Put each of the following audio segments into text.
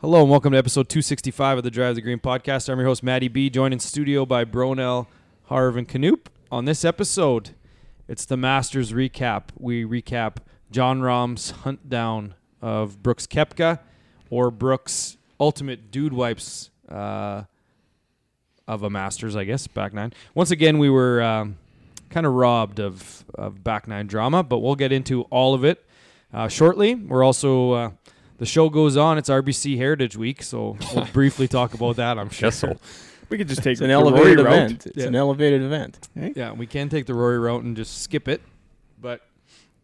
Hello and welcome to episode 265 of the Drive the Green podcast. I'm your host Matty B, joined in studio by Bronell, Harv, and Canoop. On this episode, it's the Masters recap. We recap John Rahm's hunt down of Brooks Kepka, or Brooks' ultimate dude wipes uh, of a Masters, I guess. Back nine. Once again, we were um, kind of robbed of, of back nine drama, but we'll get into all of it uh, shortly. We're also uh, the show goes on. It's RBC Heritage Week, so we'll briefly talk about that. I'm sure. Guess so. We could just take It's an elevated route. event. It's Yeah. an elevated event. Yeah, we can take the Rory route and just skip it, but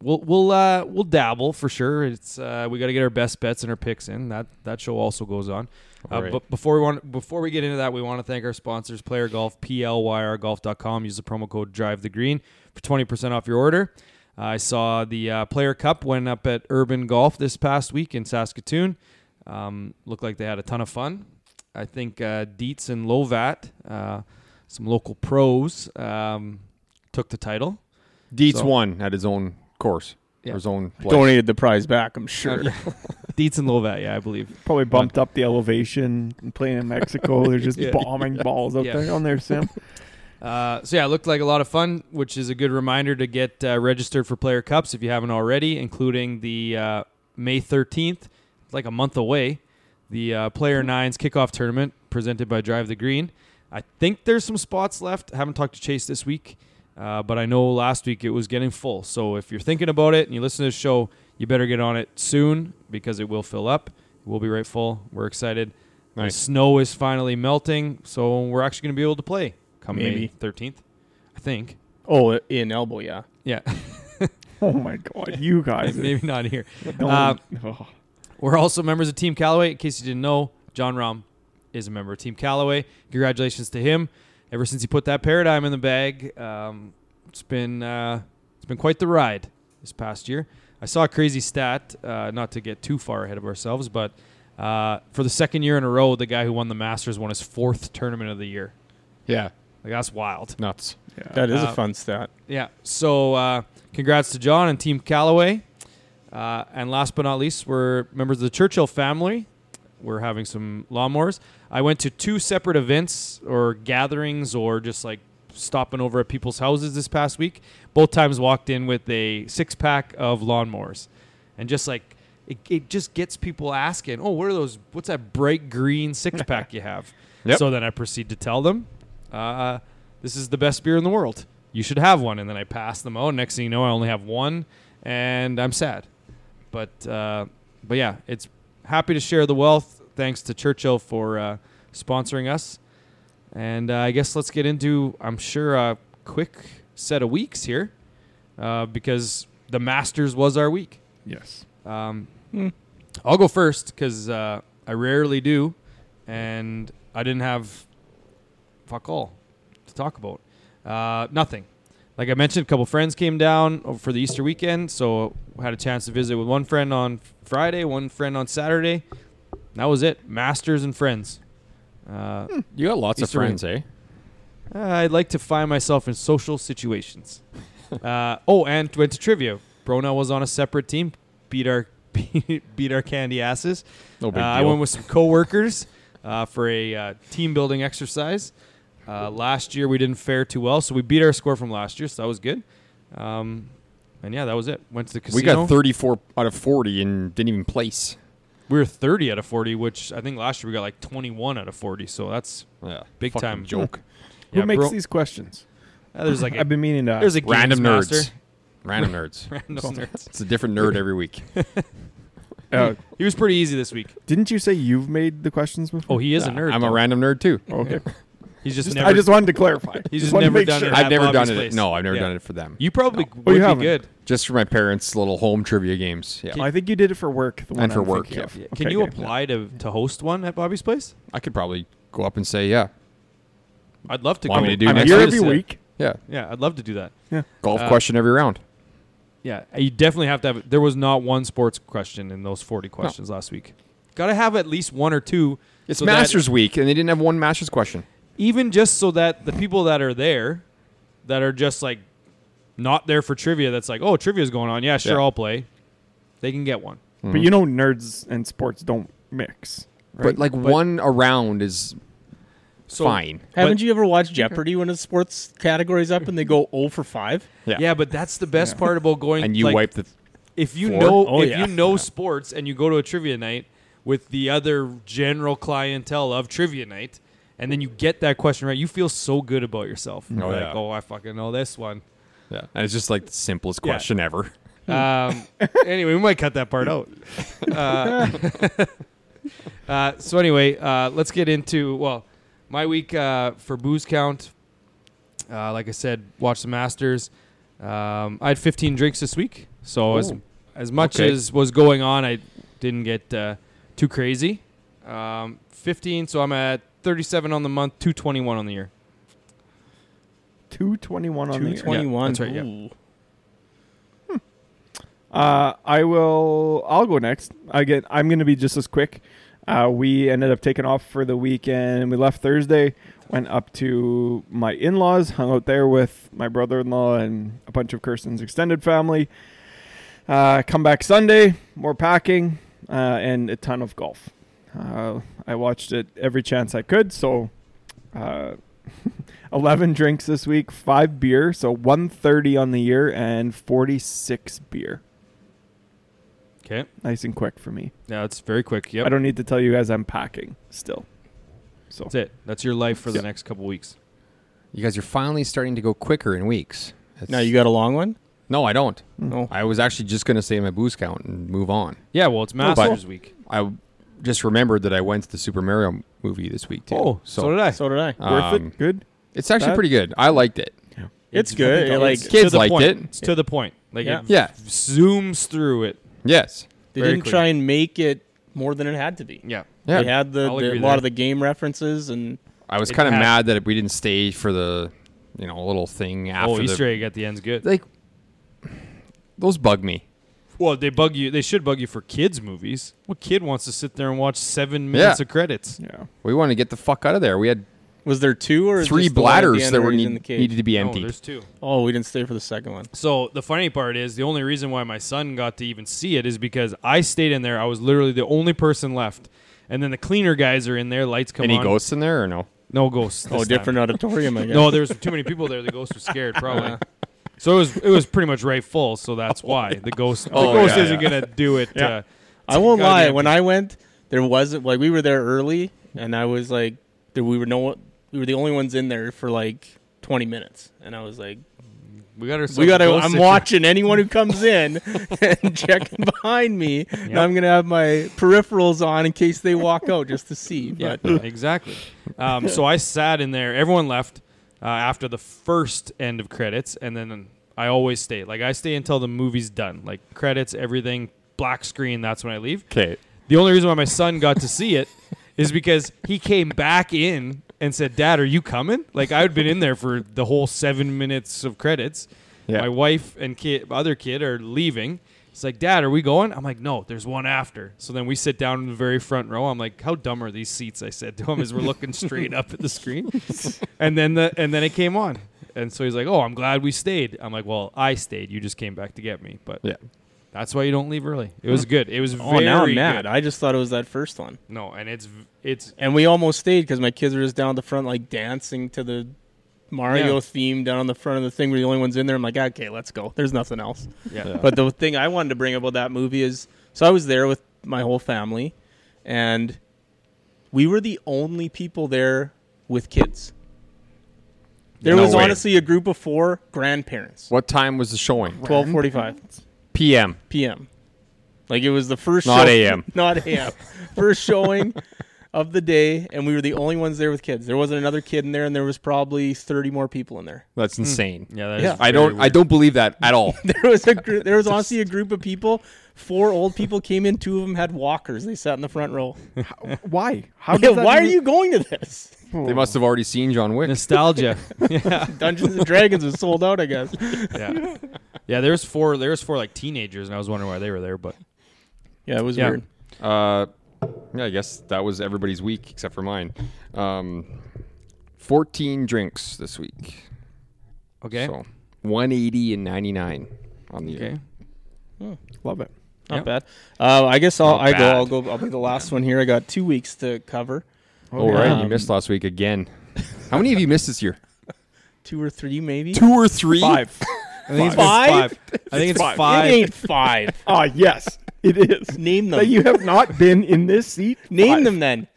we'll we'll uh, we'll dabble for sure. It's uh, we got to get our best bets and our picks in. That that show also goes on. Uh, Right. But before we want before we get into that, we want to thank our sponsors: Player Golf, PLYRGolf.com. Use the promo code Drive the Green for twenty percent off your order. I saw the uh, Player Cup went up at Urban Golf this past week in Saskatoon. Um, looked like they had a ton of fun. I think uh, Dietz and Lovat, uh, some local pros, um, took the title. Dietz So- won at his own course, Yeah. or his own place. Donated the prize back, I'm sure. Yeah. Dietz and Lovat, yeah, I believe. Probably bumped up the elevation. and Playing in Mexico, they're just Yeah. bombing balls out Yeah. there on their sim. Uh, so yeah, it looked like a lot of fun, which is a good reminder to get uh, registered for Player Cups if you haven't already, including the uh, May 13th, it's like a month away, the uh, Player Nines kickoff tournament presented by Drive the Green. I think there's some spots left. I haven't talked to Chase this week, uh, but I know last week it was getting full. So if you're thinking about it and you listen to the show, you better get on it soon because it will fill up. It will be right full. We're excited. Nice. The snow is finally melting, so we're actually going to be able to play come May Maybe. 13th, I think. Oh, in elbow, yeah. Yeah, Oh my god, you guys! maybe not here. No, Uh, oh. We're also members of Team Callaway. In case you didn't know, John Rahm is a member of Team Callaway. Congratulations to him. Ever since he put that paradigm in the bag, um, it's been uh, it's been quite the ride this past year. I saw a crazy stat. Uh, not to get too far ahead of ourselves, but uh, for the second year in a row, the guy who won the Masters won his fourth tournament of the year. Yeah, Like that's wild. nuts. Yeah. That is Uh, a fun stat. Yeah. So, uh, congrats to John and Team Callaway. Uh, and last but not least, we're members of the Churchill family. We're having some lawnmowers. I went to two separate events or gatherings or just like stopping over at people's houses this past week. Both times walked in with a six pack of lawnmowers. And just like, it, it just gets people asking, oh, what are those? What's that bright green six pack you have? Yep. So then I proceed to tell them, uh, this is the best beer in the world. You should have one. And then I pass them out. Next thing you know, I only have one, and I'm sad. But uh, but yeah, it's happy to share the wealth. Thanks to Churchill for uh, sponsoring us. And uh, I guess let's get into, I'm sure, a quick set of weeks here uh, because the Masters was our week. yes. Um, I'll go first because uh, I rarely do, and I didn't have fuck all to talk about. Uh, nothing. Like I mentioned, a couple friends came down over for the Easter weekend, so I had a chance to visit with one friend on Friday, one friend on Saturday. That was it. Masters and friends. Uh, You got lots of friends, eh? Uh, I'd like to find myself in social situations. uh, oh, and went to trivia. Brona was on a separate team. Beat our beat, our candy asses. No big Uh, I deal. went with some coworkers uh, for a uh, team building exercise. Uh, last year we didn't fare too well, so we beat our score from last year, so that was good. Um, and yeah, that was it. Went to the casino. We got 34 out of 40 and didn't even place. We were 30 out of 40, which I think last year we got like 21 out of 40. So that's Yeah, Big fucking time. joke. Who yeah, makes bro- these questions? uh, there's like a, I've been meaning to. there's a games Random nerds. master. Random nerds. Random nerds. It's a different nerd every week. uh, He was pretty easy this week. didn't you say you've made the questions before? Oh, Oh, he is a Yeah, nerd. I'm a though. random nerd too. okay. He's just, Just- Oh, never. I just wanted to clarify. he's just wanted to never make done it. sure. At I've never Bobby's done place. it. No, I've never Yeah. done it for them. you probably No. would you be haven't. good. Just for my parents' little home trivia games. Yeah, I think you did it for work. The one and for I'm work. thinking Yeah. of. Can Okay, you okay. apply to to host one at Bobby's place? I could probably go up and say, yeah, I'd love to. Want go. me to do I'm next here time? every week. yeah. Yeah, I'd love to do that. Golf Uh, question every round. Yeah, you definitely have to have. There was not one sports question in those forty questions last week. Got to have at least one or two. It's so that- Masters week, and they didn't have one Masters question. even just so that the people that are there, that are just like not there for trivia. That's like, oh, trivia's going on. Yeah, sure, Yeah. I'll play. They can get one. But you know, nerds and sports don't mix. right? But like one around is so- fine. Haven't But- you ever watched Jeopardy when the sports categories up and they go 0 for 5? Yeah. but that's the best part about going. And you like, wipe the. if you Four? know Oh, if yeah. you know sports and you go to a trivia night with the other general clientele of trivia night and then you get that question right you feel so good about yourself You're like yeah. oh i fucking know this one Yeah. And it's just like the simplest Yeah. question ever. um, anyway we might cut that part out uh, uh, so anyway uh, let's get into well my week uh, for booze count uh, like i said watch the masters um, i had 15 drinks this week so as Oh. as much Okay. as was going on, I didn't get uh, too crazy. Um, 15, so I'm at 37 on the month, 221 on the year. Two twenty one on the year. 221. that's right, yeah. Ooh. Uh, I will. I'll go next. I get. I'm going to be just as quick. Uh, we ended up taking off for the weekend. We left Thursday, went up to my in-laws, hung out there with my brother-in-law and a bunch of Kirsten's extended family. Uh, come back Sunday, more packing uh, and a ton of golf. Uh, I watched it every chance I could. So, uh, eleven drinks this week, five beer, so one thirty on the year, and forty-six beer Okay. nice and quick for me. Yeah, it's very quick. I Yep. don't need to tell you guys I'm packing still. So That's it. That's your life for the Yeah. next couple weeks. You guys are finally starting to go quicker in weeks. That's- Now you got a long one? No, I don't. No. I was actually just going to say my booze count and move on. Yeah, well, it's but- Masters week. I just remembered that I went to the Super Mario movie this week too. Oh, so, did I. So did I. worth um, it. Good. It's actually That- pretty good. I liked it. It's good. fucking- like, it's to Kids the liked point. it. It's to the point. Like, Yeah. it Yeah. zooms through it. Yes. they very didn't clean. try and make it more than it had to be. Yeah. Yeah. They had the, I'll the a agree lot there. of the game references and I was It kind of had- mad that we didn't stay for the, you know, little thing after oh, the Easter egg at the end's good. like those bug me. well, they bug you. They should bug you for kids' movies. What kid wants to sit there and watch seven minutes Yeah. of credits? Yeah. We want to get the fuck out of there. We had was there two or is three this the one at the bladders end that where were he's need, in the cave? needed to be No, emptied. there's two. Oh, we didn't stay for the second one. So the funny part is the only reason why my son got to even see it is because I stayed in there. I was literally the only person left. And then the cleaner guys are in there. Lights come Any on. ghosts in there or no? No ghosts. this Oh, time. different auditorium, I guess. No, there's too many people there. The ghost was scared, probably. So it was it was pretty much right full. So that's why the ghost Oh, the ghost yeah, isn't yeah. gonna do it. Yeah. Uh, I won't gotta be lie. empty. When I went, there wasn't like we were there early, and I was like, there we were no we were the only ones in there for like twenty minutes, and I was like, we got ourselves. we a gotta. ghost I'm situ- watching anyone who comes in and checking behind me. And Yep. I'm gonna have my peripherals on in case they walk out just to see. Yeah, But exactly. Um, so I sat in there. Everyone left uh, after the first end of credits, and then I always stay. Like I stay until the movie's done. Like credits, everything, black screen. That's when I leave. Okay. The only reason why my son got to see it is because he came back in and said, "Dad, are you coming?" Like I had been in there for the whole seven minutes of credits. Yeah. My wife and kid, other kid, are leaving. It's like, Dad, are we going? I'm like, No, there's one after. So then we sit down in the very front row. I'm like, How dumb are these seats? I said to him as we're looking straight up at the screen. And then the and then it came on. And so he's like, Oh, I'm glad we stayed. I'm like, Well, I stayed. You just came back to get me. But Yeah. that's why you don't leave early. It was good. It was oh, very now I'm mad. good. I just thought it was that first one, No, and it's v- it's and we almost stayed because my kids were just down at the front, like dancing to the. Mario Yeah. theme down on the front of the thing. We're the only ones in there. I'm like, okay, let's go. There's nothing else. yeah. Yeah. But the thing I wanted to bring up about that movie is so I was there with my whole family, and we were the only people there with kids. There No was way. honestly a group of four grandparents. What time was the showing? Twelve forty-five PM. p.m. Like it was the first Not show- AM. not a.m. first showing of the day, and we were the only ones there with kids. There wasn't another kid in there, and there was probably thirty more people in there. That's insane. Hmm. Yeah, that is Yeah. very I don't I weird. don't believe that at all. There was a group, there was honestly a group of people. Four old people came in. Two of them had walkers. They sat in the front row. Why? How Yeah, does that why are even- you going to this? they must have already seen John Wick. nostalgia. Dungeons and Dragons was sold out, I guess. yeah, yeah. There's four. There's four like teenagers, and I was wondering why they were there. But Yeah, it was Yeah. weird. Uh yeah, I guess that was everybody's week except for mine. Um 14 drinks this week. okay, So 180 and 99 on the year. okay. Love it. Not Yep. bad. Uh, I guess I'll Not I go. bad. I'll go. I'll be the last one here. I got two weeks to cover, All right, yeah. Um, you missed last week again. How many of you missed this year? two or three maybe. Two or three? Five. I think it's Five? been five. I think it's Five. five. It ain't five. Ah, yes, it is. Name them. That you have not been in this seat. Name Five. them then.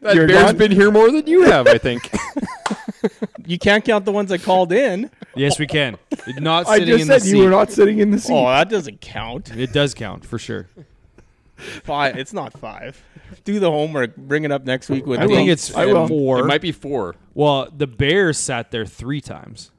That You're bear's gone? been here more than you have, I think. You can't count the ones I called in. Yes, we can. Not I sitting just in said the you seat. were not sitting in the seat. Oh, that doesn't count. it does count for sure. Five. It's not five. Do the homework. Bring it up next week with I me. think it's I will. it four. might be four, well, the Bears sat there three times,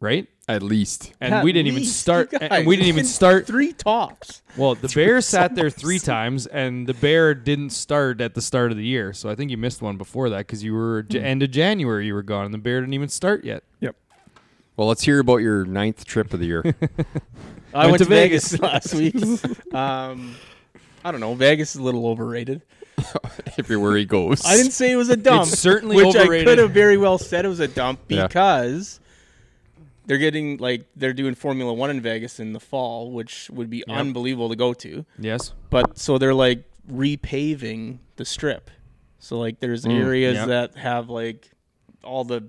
right? at least. And At we didn't even least, start. you And guys. we didn't even start. three tops. Well, the Bears sat there three times, and the Bear didn't start at the start of the year. So I think you missed one before that because you were Hmm. j- end of January. You were gone, and the Bear didn't even start yet. Yep. Well, let's hear about your ninth trip of the year. I Went went to to Vegas, last week. Um, I don't know. Vegas is a little overrated. Everywhere he goes. I didn't say it was a dump. It's certainly which overrated. I could have very well said it was a dump Yeah. because they're getting like they're doing Formula One in Vegas in the fall, which would be unbelievable to go to. Yes. But so they're like repaving the strip. So like there's areas Mm, yeah. that have like all the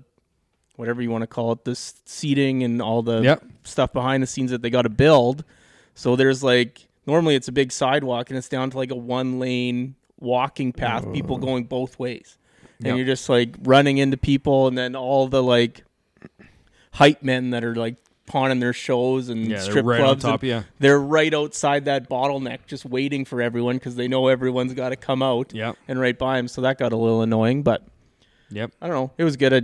whatever you want to call it, the s- seating and all the Yep. stuff behind the scenes that they got to build. So there's like normally it's a big sidewalk and it's down to like a one lane walking path, people going both ways. And Yep. you're just like running into people and then all the like hype men that are like pawning their shows and Yeah, they're strip right on clubs. top, and yeah. They're right outside that bottleneck just waiting for everyone because they know everyone's got to come out Yep. and right by him. So that got a little annoying, but Yep. I don't know. It was good. I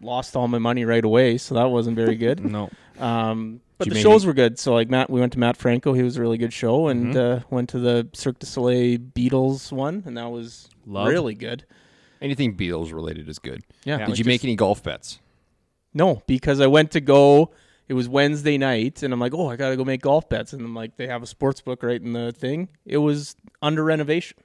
lost all my money right away, so that wasn't very good. No. Um, but Did you the make shows were good. So like Matt, we went to Matt Franco. He was a really good show, and uh, went to the Cirque du Soleil Beatles one, and that was Love. really good. Anything Beatles related is good. Yeah. Did you make any golf bets? No, because I went to go. It was Wednesday night, and I'm like, oh, I gotta go make golf bets, and I'm like, they have a sports book right in the thing. It was under renovation,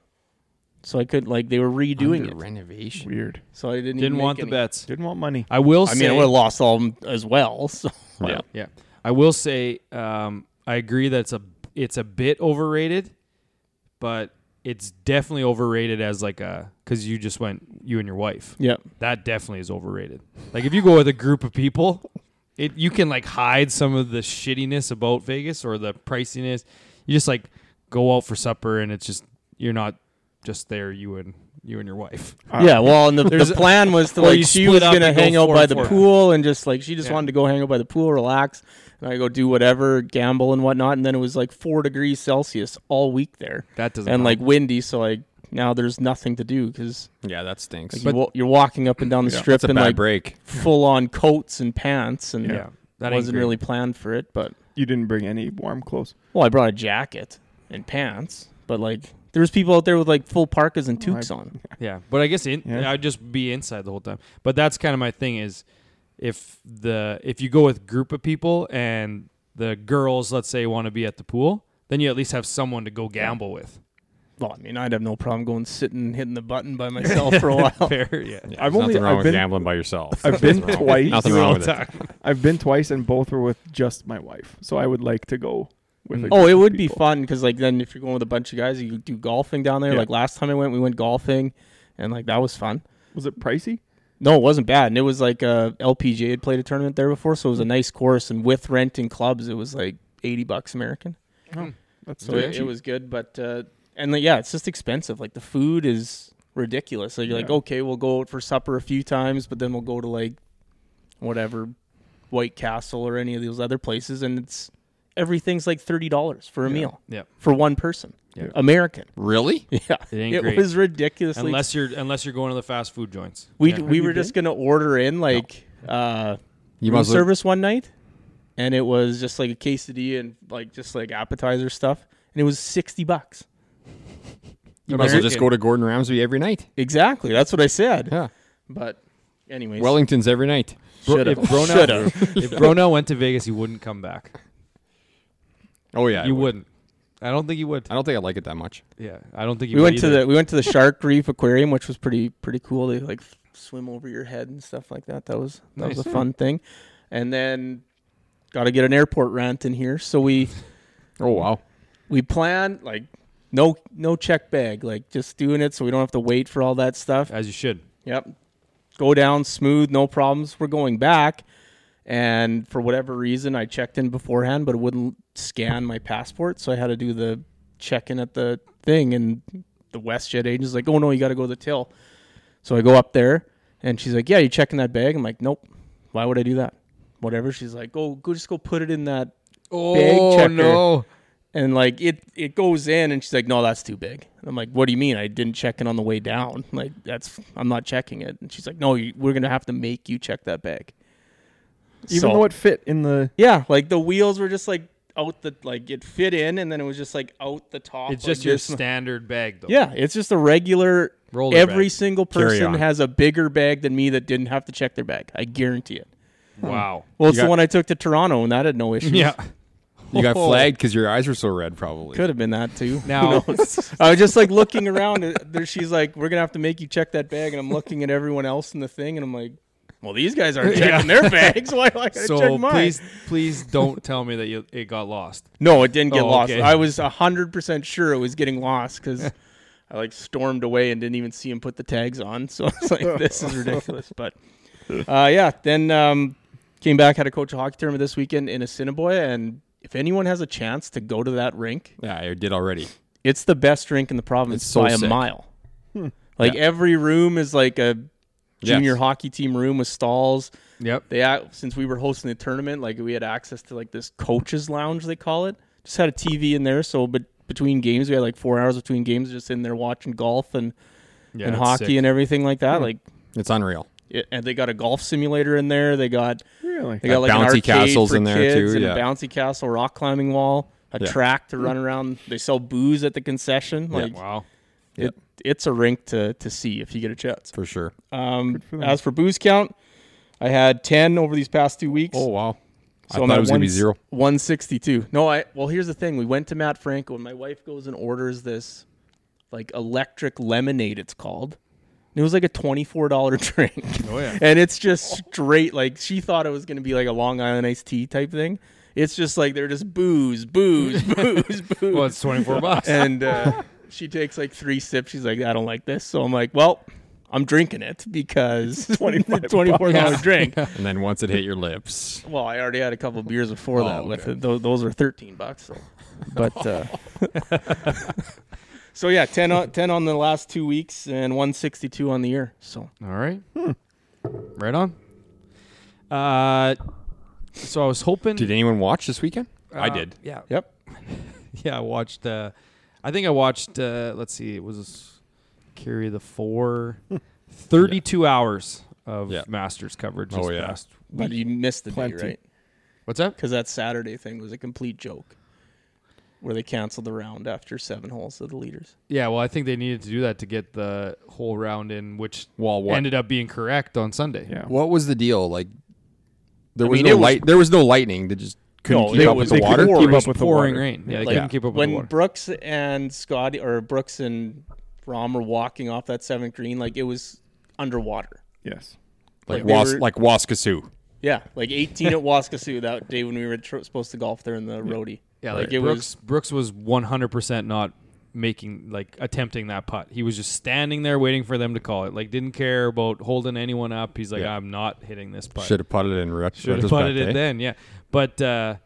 so I could like they were redoing Under it, renovation. Weird. so I didn't even Didn't make want the any. bets. Didn't want money. I will. I say, mean, I would have lost all of them as well. So Yeah. Yeah, I will say um, I agree that it's a it's a bit overrated, but it's definitely overrated as like a because you just went you and your wife. yeah, That definitely is overrated. Like if you go with a group of people, it you can like hide some of the shittiness about Vegas or the priciness. You just like go out for supper and it's just you're not just there you and you and your wife. yeah. Well, and the, the There's a- plan was to Or like you she split was up gonna and go hang out four by and the four. pool and just like she just Yeah. wanted to go hang out by the pool, relax, and I go do whatever, gamble and whatnot. And then it was like four degrees Celsius all week there, That doesn't and help. like windy. So like now there's nothing to do because Yeah, that stinks. you, wa- you're walking up and down the strip That's a in bad like break. full on coats and pants, and yeah. That that ain't wasn't great. really planned for it. But You didn't bring any warm clothes. well, I brought a jacket and pants, but like there was people out there with like full parkas and Oh, I- toques on. Yeah, but I guess in, Yeah. I'd just be inside the whole time. But that's kind of my thing is if the if you go with group of people and the girls, let's say, want to be at the pool, then you at least have someone to go gamble with. Well, I mean, I'd have no problem going sitting, hitting the button by myself for a while. Fair, yeah. I've There's only nothing wrong I've with been gambling by yourself. I've been Nothing wrong- twice. Nothing wrong with it. I've been twice, and both were with just my wife. So I would like to go with. Mm. A group Oh, it of would be people. fun because like then if you're going with a bunch of guys, you do golfing down there. Yeah. Like last time I went, we went golfing, and like that was fun. Was it pricey? No, it wasn't bad, and it was like uh, LPGA had played a tournament there before, so it was Mm. a nice course. And with renting clubs, it was like eighty bucks American. That's So so Oh, it, it cheap. was good, but uh, and like, yeah, it's just expensive. Like the food is ridiculous. Like you're like Yeah. okay, we'll go out for supper a few times, but then we'll go to like whatever White Castle or any of those other places, and it's everything's like thirty dollars for a meal Yep. for one person. Yeah. American. Really? Yeah. It ain't it great. was ridiculously Unless you're unless you're going to the fast food joints. we Yeah. we Have were you just going to order in like uh You room must look- service one night and it was just like a quesadilla and like just like appetizer stuff and it was 60 bucks. You might as well just American. go to Gordon Ramsay every night. Exactly. That's what I said. Yeah. But anyways, Wellington's every night. Bro- Should've. if Bronell Should've. if Bronell went to Vegas, he wouldn't come back. Oh yeah. I you would. wouldn't. I don't think he would. I don't think I like it that much. Yeah, I don't think he we would went to either. the we went to the Shark Reef Aquarium, which was pretty pretty cool. They like f- swim over your head and stuff like that. That was that was Nice. a fun thing. And then got to get an airport rant in here, so we Oh wow. we plan like no no check bag, like just doing it so we don't have to wait for all that stuff. as you should. Yep. Go down smooth, no problems. We're going back. And for whatever reason, I checked in beforehand, but it wouldn't scan my passport. So I had to do the check in at the thing. And the WestJet agent's like, oh, no, you got to go to the till. So I go up there and she's like, yeah, you checking that bag? I'm like, nope. Why would I do that? Whatever. She's like, go, go, just go put it in that. Oh checker. no! And like it, it goes in, and she's like, "No, that's too big." And I'm like, "What do you mean? I didn't check it on the way down. Like that's, I'm not checking it." And she's like, "No, you, we're gonna have to make you check that bag." Even So- though it fit in the yeah, like the wheels were just like out the like it fit in, and then it was just like out the top. It's like just your this. standard bag, though. Yeah, it's just a regular. Roller every bag. single Carry person on. has a bigger bag than me that didn't have to check their bag. I guarantee it. Wow. Well, it's You the got- one I took to Toronto, and that had no issues. Yeah. You got Oh. flagged because your eyes were so red, probably. Could have been that too. Now, I was just like looking around. and There, she's like, "We're gonna have to make you check that bag," and I'm looking at everyone else in the thing, and I'm like, "Well, these guys aren't checking their bags. Why like I so check mine?" please, please don't tell me that you, it got lost. No, it didn't get Oh, lost. okay. I was hundred percent sure it was getting lost because I like stormed away and didn't even see him put the tags on. So I was like, "This is ridiculous." But uh, yeah, then um, came back had a coach hockey tournament this weekend in Assiniboia, and if anyone has a chance to go to that rink, Yeah, I did already. It's the best drink in the province It's so by a sick. mile. Like every room is like a Yes. junior hockey team room with stalls. Yep. They act, since we were hosting the tournament, like we had access to like this coaches lounge they call it. Just had a TV in there, so but between games we had like four hours between games, just in there watching golf and Yeah, and that's hockey sick. and everything like that. Like It's unreal. it, and they got a golf simulator in there. They got really. they got Got like an bouncy arcade castles for in there, kids too, and yeah. a bouncy castle, rock climbing wall, a Yeah. track to run around. They sell booze at the concession. Like wow. Yeah. it it's a rink to to see if you get a chance. For sure. Um, as for booze count, I had ten over these past two weeks. Oh wow. I I'm thought at it was gonna be one- zero. 162. No, I well here's the thing. We went to Matt Franco and my wife goes and orders this like electric lemonade it's called. And it was like a $24 drink. Oh yeah. and it's just straight like she thought it was going to be like a Long Island iced tea type thing. It's just like they're just booze, booze, booze, booze. Well, it's twenty four bucks. and uh, she takes like three sips. She's like, I don't like this. So I'm like, well, I'm drinking it because $25 $24 drink. And then once it hit your lips, Well, I already had a couple beers before that Oh, with okay. it. Those, those are 13 bucks. So. But uh, so yeah, 10 on, 10 on the last two weeks and 162 on the year. So All right. Hmm. Right on. Uh, so I was hoping. did anyone watch this weekend? I uh, did. Yeah. Yep. yeah, I watched. Uh, I think I watched. Uh, let's see. It was carry the four. 32 hours of Yeah. Masters coverage. Oh, this yeah. past- but you missed the Plenty. day, right? What's that? Because that Saturday thing was a complete joke, where they canceled the round after seven holes of the leaders. Yeah, well, I think they needed to do that to get the whole round in, which Well, what? ended up being correct on Sunday. Yeah. What was the deal? Like there I was mean, no it was- light. There was no lightning. They just couldn't No, keep it up was with the they water. couldn't It keep was up with the pouring water. rain. Yeah, they Like, couldn't keep up with the when water. Brooks and Scotty or Brooks and Rom were walking off that seventh green, like it was underwater. Yes. Like like they was were- like Waskasoo. Yeah, like 18 at Waskasoo that day when we were tr- supposed to golf there in the roadie. Yeah, like like it Brooks. Brooks was 100% not making like attempting that putt. He was just standing there waiting for them to call it. Like didn't care about holding anyone up. He's like, Yeah. I'm not hitting this putt. Should have putted it in ret- Should have retrospect, putted it eh? then. Yeah, but uh,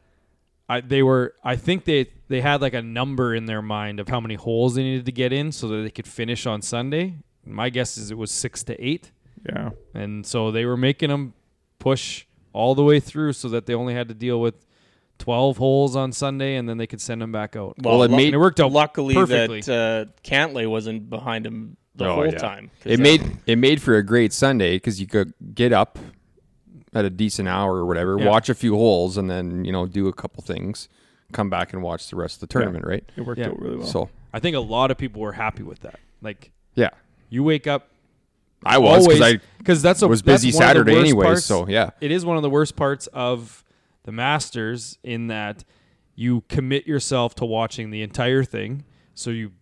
I they were. I think they they had like a number in their mind of how many holes they needed to get in so that they could finish on Sunday. My guess is it was six to eight. Yeah. And so they were making them push all the way through so that they only had to deal with 12 holes on Sunday and then they could send them back out. Well, it lu- made- and it worked out luckily perfectly. that uh, Cantley wasn't behind him the Oh, whole yeah. time. 'Cause It that- made it made for a great Sunday because you could get up at a decent hour or whatever, Yeah. watch a few holes, and then you know do a couple things, come back and watch the rest of the tournament, right? It worked Yeah. out really well. So I think a lot of people were happy with that. Like yeah, you wake up I was because I always because that's a, was that's busy one of the Saturday worst anyway, parts- so, yeah. it is one of the worst parts of the Masters in that you commit yourself to watching the entire thing, so you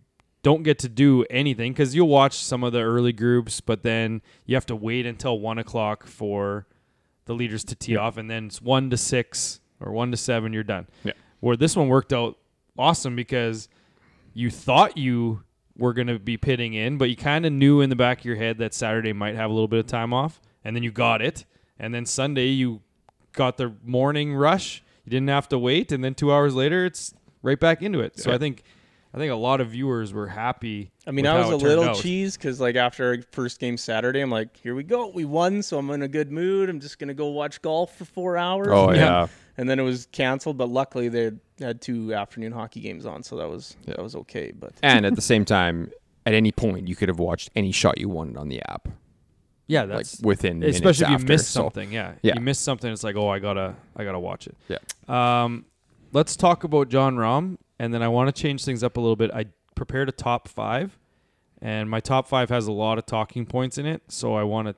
don't get to do anything because you'll watch some of the early groups, but then you have to wait until one o'clock for the leaders to tee off, and then it's one to six or one to seven, you're done. Yeah. Where this one worked out awesome because you thought you were going to be pitting in, but you kind of knew in the back of your head that Saturday might have a little bit of time off, and then you got it, and then Sunday you got the morning rush. You didn't have to wait, and then two hours later it's right back into it. So I think, I think a lot of viewers were happy. I with mean, I how was a it turned little out. cheese because, like, after our first game Saturday, I'm like, here we go. We won, so I'm in a good mood. I'm just going to go watch golf for four hours. Oh yeah. Yeah. And then it was canceled, but luckily they had two afternoon hockey games on, so that was that was okay. But And at the same time, at any point you could have watched any shot you wanted on the app, Yeah, like that's within minutes especially if you after, miss so- something. yeah. Yeah. you miss something. It's like, oh, I gotta, I gotta watch it. Yeah. Um, let's talk about John Rahm, and then I want to change things up a little bit. I prepared a top five, and my top five has a lot of talking points in it. So I want to.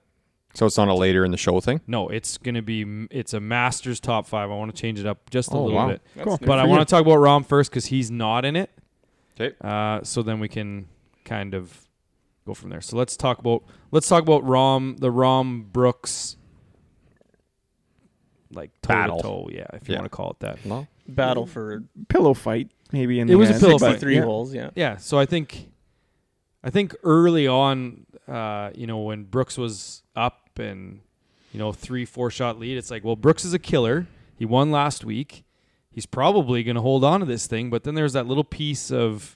So it's not a later in the show thing. No, it's gonna be. It's a Masters top five. I want to change it up just a Oh, little wow. bit. that's Cool. new. But I for want you. to talk about Rahm first because he's not in it. Okay. Uh, so then we can kind of go from there. So let's talk about let's talk about Rom the Rom Brooks like toe Battle. to toe, yeah, if you Yeah. want to call it that. Well, battle for pillow fight maybe in It the was a end, pillow but fight. three yeah. holes, yeah. Yeah, so I think I think early on, uh, you know, when Brooks was up and you know three four shot lead, it's like, well, Brooks is a killer. He won last week. He's probably going to hold on to this thing. But then there's that little piece of,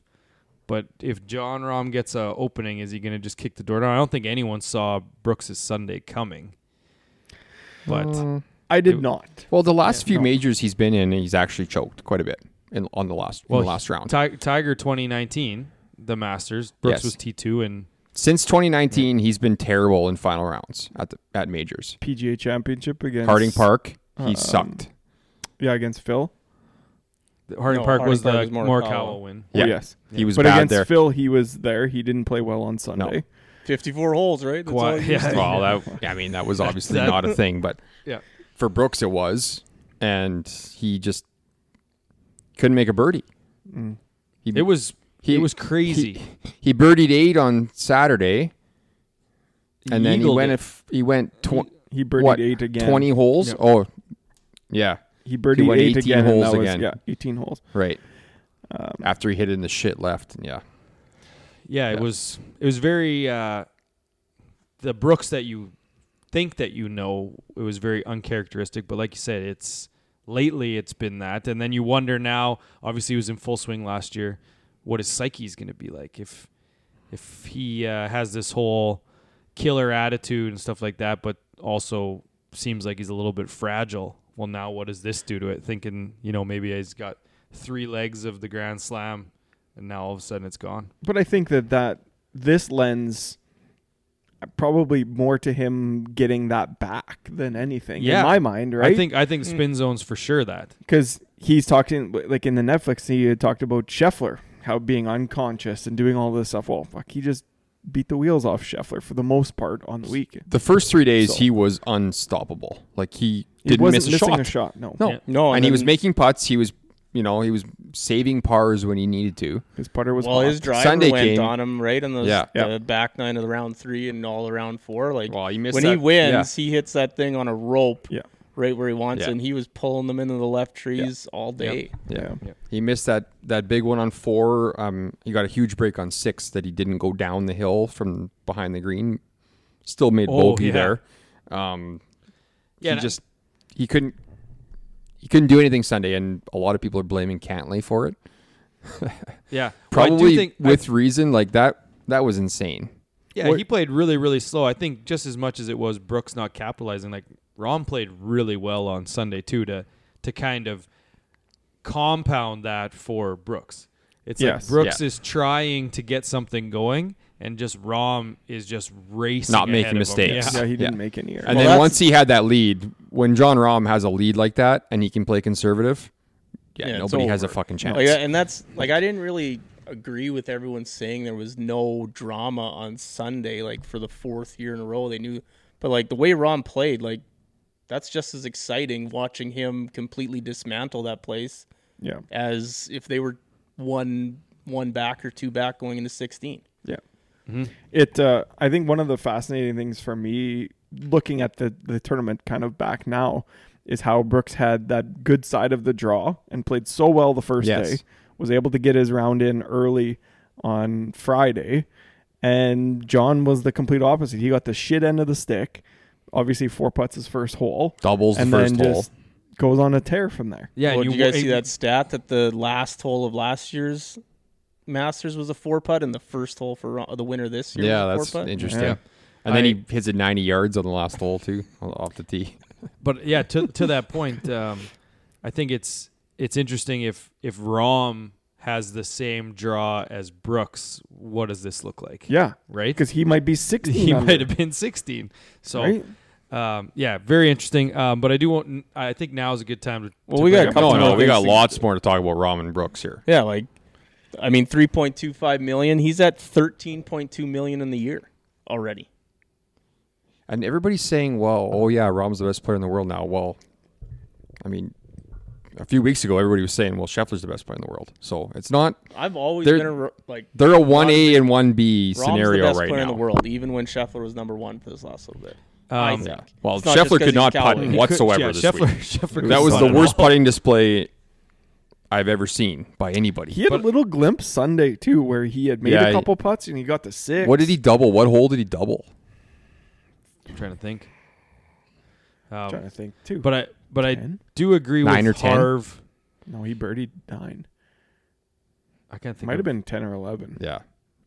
but if John Rom gets a opening, is he going to just kick the door down? I don't think anyone saw Brooks's Sunday coming. But I did not. Uh, well, the last few no. majors he's been in, he's actually choked quite a bit in on the last in well, the last round. Ti- Tiger 2019, the Masters. Brooks Yes. was T2 and Since 2019, he's been terrible in final rounds at the at majors. PGA Championship against Harding Park, he um, sucked. Yeah, against Phil. Harding No, Park Harding was Park the was Morikawa. Morikawa win. Oh, Yeah. yes. He was but bad against there. Phil, he was there. He didn't play well on Sunday. Fifty-four holes, right? That's Quiet- all you- yeah. well, that I mean, that was obviously that- not a thing, but Yeah. for Brooks it was, and he just couldn't make a birdie. He, It was He- it was crazy. he, he birdied eight on Saturday, and then he eagled went it. if he went tw- He birdied what, eight again. twenty holes. Yep. Oh, yeah, He He birdied went eight 18 again. and holes that was- again. yeah, eighteen holes. right. After he hit it in the shit left, yeah, yeah, it Yeah. was it was very uh, the Brooks that you think that you know. It was very uncharacteristic, but like you said, it's lately it's been that, and then you wonder now. Obviously, he was in full swing last year. What his psyche is going to be like if if he uh, has this whole killer attitude and stuff like that, but also seems like he's a little bit fragile. Well, now what does this do to it? Thinking, you know, maybe he's got three legs of the Grand Slam, and now all of a sudden it's gone. But I think that that this lends probably more to him getting that back than anything Yeah. in my mind, right? I think I think spin zones for sure that. because he's talking like in the Netflix, he had talked about Scheffler, how being unconscious and doing all this stuff. Well, fuck, he just beat the wheels off Scheffler for the most part on the weekend. the first three days So- he was unstoppable. Like he He didn't wasn't miss a missing shot. a shot. No, No, Yeah. No, and, he was then- making putts. He was, you know, he was saving pars when he needed to. his putter was Well, his blocked. driver Sunday went came- on him right on the, Yeah. the Yeah. back nine of the round three and all around four. Like Well, he missed when he that- wins, he hits that thing on a rope Yeah. right where he wants, Yeah. and he was pulling them into the left trees all day. Yeah. He missed that that big one on four. Um, he got a huge break on six that he didn't go down the hill from behind the green. Still made Oh, bogey yeah. there. Um, Yeah, he and I- just he couldn't he couldn't do anything Sunday, and a lot of people are blaming Cantley for it. Yeah. Well, I Probably do think I- with reason. Like that that was insane. yeah, he played really really slow. I think just as much as it was Brooks not capitalizing like Rom played really well on Sunday too to to kind of compound that for Brooks. It's Yes. like Brooks Yeah. is trying to get something going and just Rom is just racing Not making ahead of him. mistakes. Yeah. Yeah, he didn't Yeah. make any errors. And Well, then that's- once he had that lead, when John Rahm has a lead like that and he can play conservative, yeah, Yeah, it's nobody has a over. fucking chance. Like, uh, and that's like I didn't really agree with everyone saying there was no drama on Sunday. Like for the fourth year in a row, they knew, but like the way Ron played, like that's just as exciting watching him completely dismantle that place yeah, as if they were one one back or two back going into 16. yeah. Mm-hmm. It. Uh, I think one of the fascinating things for me, looking at the the tournament kind of back now, is how Brooks had that good side of the draw and played so well the first Yes. day. was able to get his round in early on Friday, and John was the complete opposite. He got the shit end of the stick. Obviously, four putts his first hole, Doubles the and first then hole. just goes on a tear from there. Yeah, Oh, and did you guys and- see that stat that the last hole of last year's Masters was a four putt, and the first hole for Ro- the winner this year? Yeah, was that's a four putt? interesting. Yeah. And then I- he hits it 90 yards on the last hole too, off the tee. But yeah, to to that point, um, I think it's it's interesting if if Rom has the same draw as Brooks, what does this look like? Yeah, Right? because he might be sixteen. he under, might have been 16. So right? um, yeah, very interesting. Um, but I do want I think now is a good time to Well, to we bring got a up- couple No, no, more we got things. lots more to talk about Ramen Brooks here. Yeah, like I mean, three point two five million. He's at thirteen point two million in the year already. And everybody's saying, well, oh yeah, Rahm's the best player in the world now. Well, I mean, a few weeks ago, everybody was saying, well, Scheffler's the best player in the world. So it's not, I've always They're- been a ro- like they're a 1A and 1B Rahm's scenario the best right player now. in the world, even when Scheffler was number one for this last little bit. I Um, think. Yeah. Well, It's not just Scheffler 'cause could not he's putt Callaway. what- whatsoever Yeah, this Scheffler, week. Scheffler That was couldn't the putt at worst all. putting display I've ever seen by anybody. He had a little glimpse Sunday too, where he had made Yeah, a I- couple putts and he got the six. what did he double? What hole did he double? I'm trying to think. I'm trying Um, to think too. but I but I Ten? do agree Nine or with 10? Harv. no, he birdied nine. I can't think Might of have been ten or eleven. I Yeah.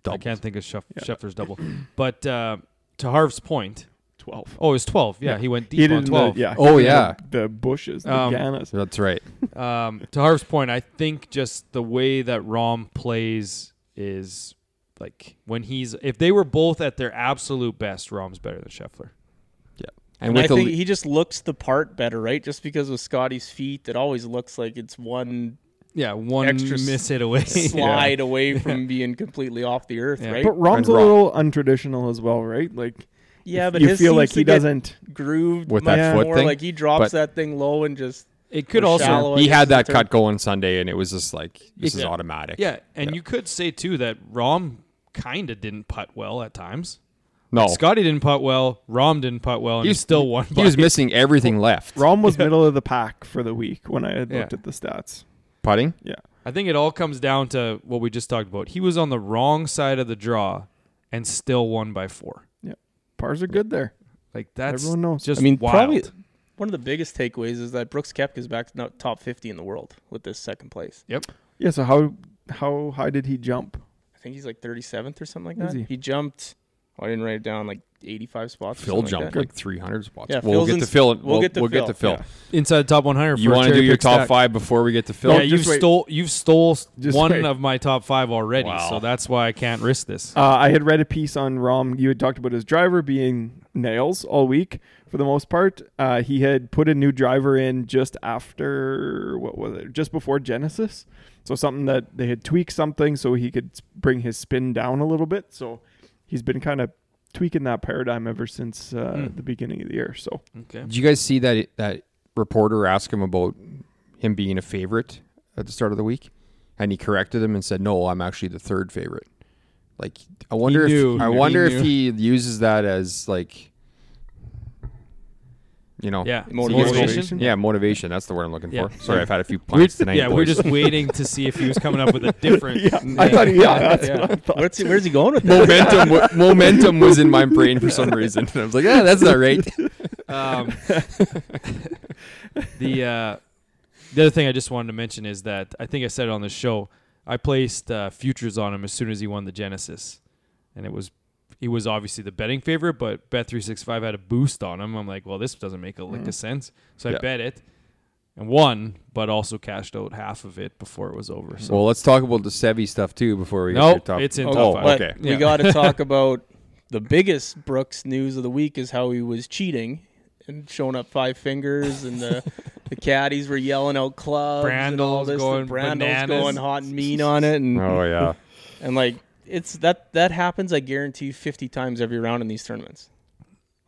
Double. can't think of Sheff- Yeah. Scheffler's double. But uh, to Harv's point, Twelve. oh, it was 12. Yeah, Yeah. he went deep He uh, did on in 12. The, yeah. Oh, he did in yeah. The, the bushes, the Um, Ganas. That's right. Um, to Harv's point, I think just the way that Rom plays is like when he's if they were both at their absolute best, Rom's better than Scheffler. And And I with the, think he just looks the part better, right? Just because with Scotty's feet, it always looks like it's one Yeah, one Extra s- miss it away. slide away from being completely off the earth, Yeah. right? But Rom's a Rom. little untraditional as well, right? Like, yeah, if but you his feel seems like to he get doesn't. grooved With much that foot more. thing, Like he drops but- that thing low and just it could Or also shallow. he It's had that the cut going Sunday, and it was just like, this is Yeah. automatic. Yeah, and you could say too that Rom kind of didn't putt well at times. No. Scotty didn't putt well. Rom didn't putt well, and he, Oh. He's- still won. he by- was missing everything left. Rom was middle of the pack for the week when I had Yeah. looked at the stats. Putting? Yeah. I think it all comes down to what we just talked about. He was on the wrong side of the draw and still won by four. Pars are good there. Like that's Everyone knows. just I mean, wild. probably one of the biggest takeaways is that Brooks Koepka is back to no- top 50 in the world with this second place. Yeah, so how how high did he jump? I think he's like 37th or something like Is that. he? jumped, oh, I didn't write it down, like 85 spots. or Phil something jumped Like like 300 spots. Yeah, we'll Phil's get in- to Phil. and- we'll We'll, get to we'll Phil. get to Phil. Yeah. inside the top 100. You want to do your top five before we get to Phil? yeah, No, you just wait. stole you've stole Just one wait. of my top five already, Wow. so that's why I can't risk this. Uh, I had read a piece on Rom. You had talked about his driver being nails all week for the most part. Uh, he had put a new driver in just after, what was it? Just before Genesis. So something that they had tweaked something so he could s- bring his spin down a little bit. So he's been kind of tweaking that paradigm ever since uh, Hmm. the beginning of the year. So Okay, Did you guys see that that reporter ask him about him being a favorite at the start of the week, and he corrected him and said, "No, I'm actually the third favorite." Like, I wonder knew. if I He wonder if knew. he uses that as like, you know, yeah, Motivation. motivation. yeah, motivation. That's the word I'm looking Yeah. for. Sorry, I've had a few We're, pints tonight. yeah, we're boys. just waiting to see if he was coming up with a different. I thought, yeah, that. that's Yeah. what I thought. Where's, he, where's he going with that? momentum. wa- momentum was in my brain for some reason. I was like, yeah, that's not right. Um, the uh, the other thing I just wanted to mention is that I think I said it on the show. I placed uh, futures on him as soon as he won the Genesis, and it was he was obviously the betting favorite, but Bet three six five had a boost on him. I'm like, well, this doesn't make a lick of sense, so I Yeah. bet it and won, but also cashed out half of it before it was over. So Well, let's talk about the Sevi stuff too before we get Nope, to your top. it's in oh, top five. But okay. we Yeah. got to talk about the biggest Brooks news of the week is how he was cheating and showing up five fingers, and the, the caddies were yelling out clubs. and all Brandel's this. going the Brandel's bananas. going hot and mean on it, and Oh yeah. and like it's that that happens. I guarantee you, fifty times every round in these tournaments.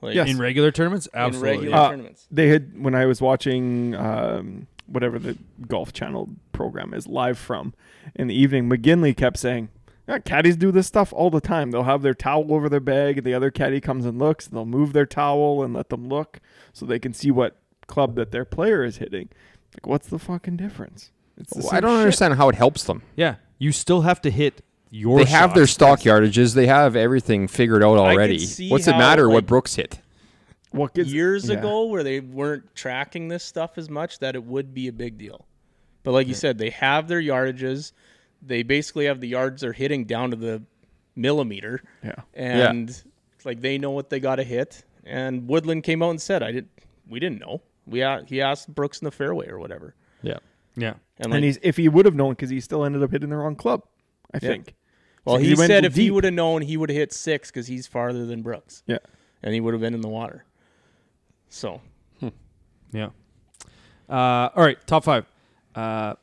Like Yes. in regular tournaments, in absolutely. regular Uh, tournaments. they had when I was watching um, whatever the Golf Channel program is live from in the evening. McGinley kept saying, yeah, "Caddies do this stuff all the time. They'll have their towel over their bag, and the other caddy comes and looks. They'll move their towel and let them look so they can see what club that their player is hitting. Like, what's the fucking difference? It's the Well, same I don't shit. understand how it helps them. Yeah, you still have to hit your. They have their shots. stock yardages. They have everything figured out could already. see What's it how, matter like- what Brooks hit? What gets- years yeah. ago where they weren't tracking this stuff as much that it would be a big deal. But like you said, they have their yardages. They basically have the yards they're hitting down to the millimeter. Yeah. And like they know what they got to hit. And Woodland came out and said, "I didn't. We didn't know. We a- he asked Brooks in the fairway or whatever." Yeah. Yeah, And, like, And he's if he would have known because he still ended up hitting the wrong club. I think. well, so he, he went said if he deep. would have known, he would have hit six because he's farther than Brooks, Yeah. and he would have been in the water. So yeah. Uh, all right, top five. Uh,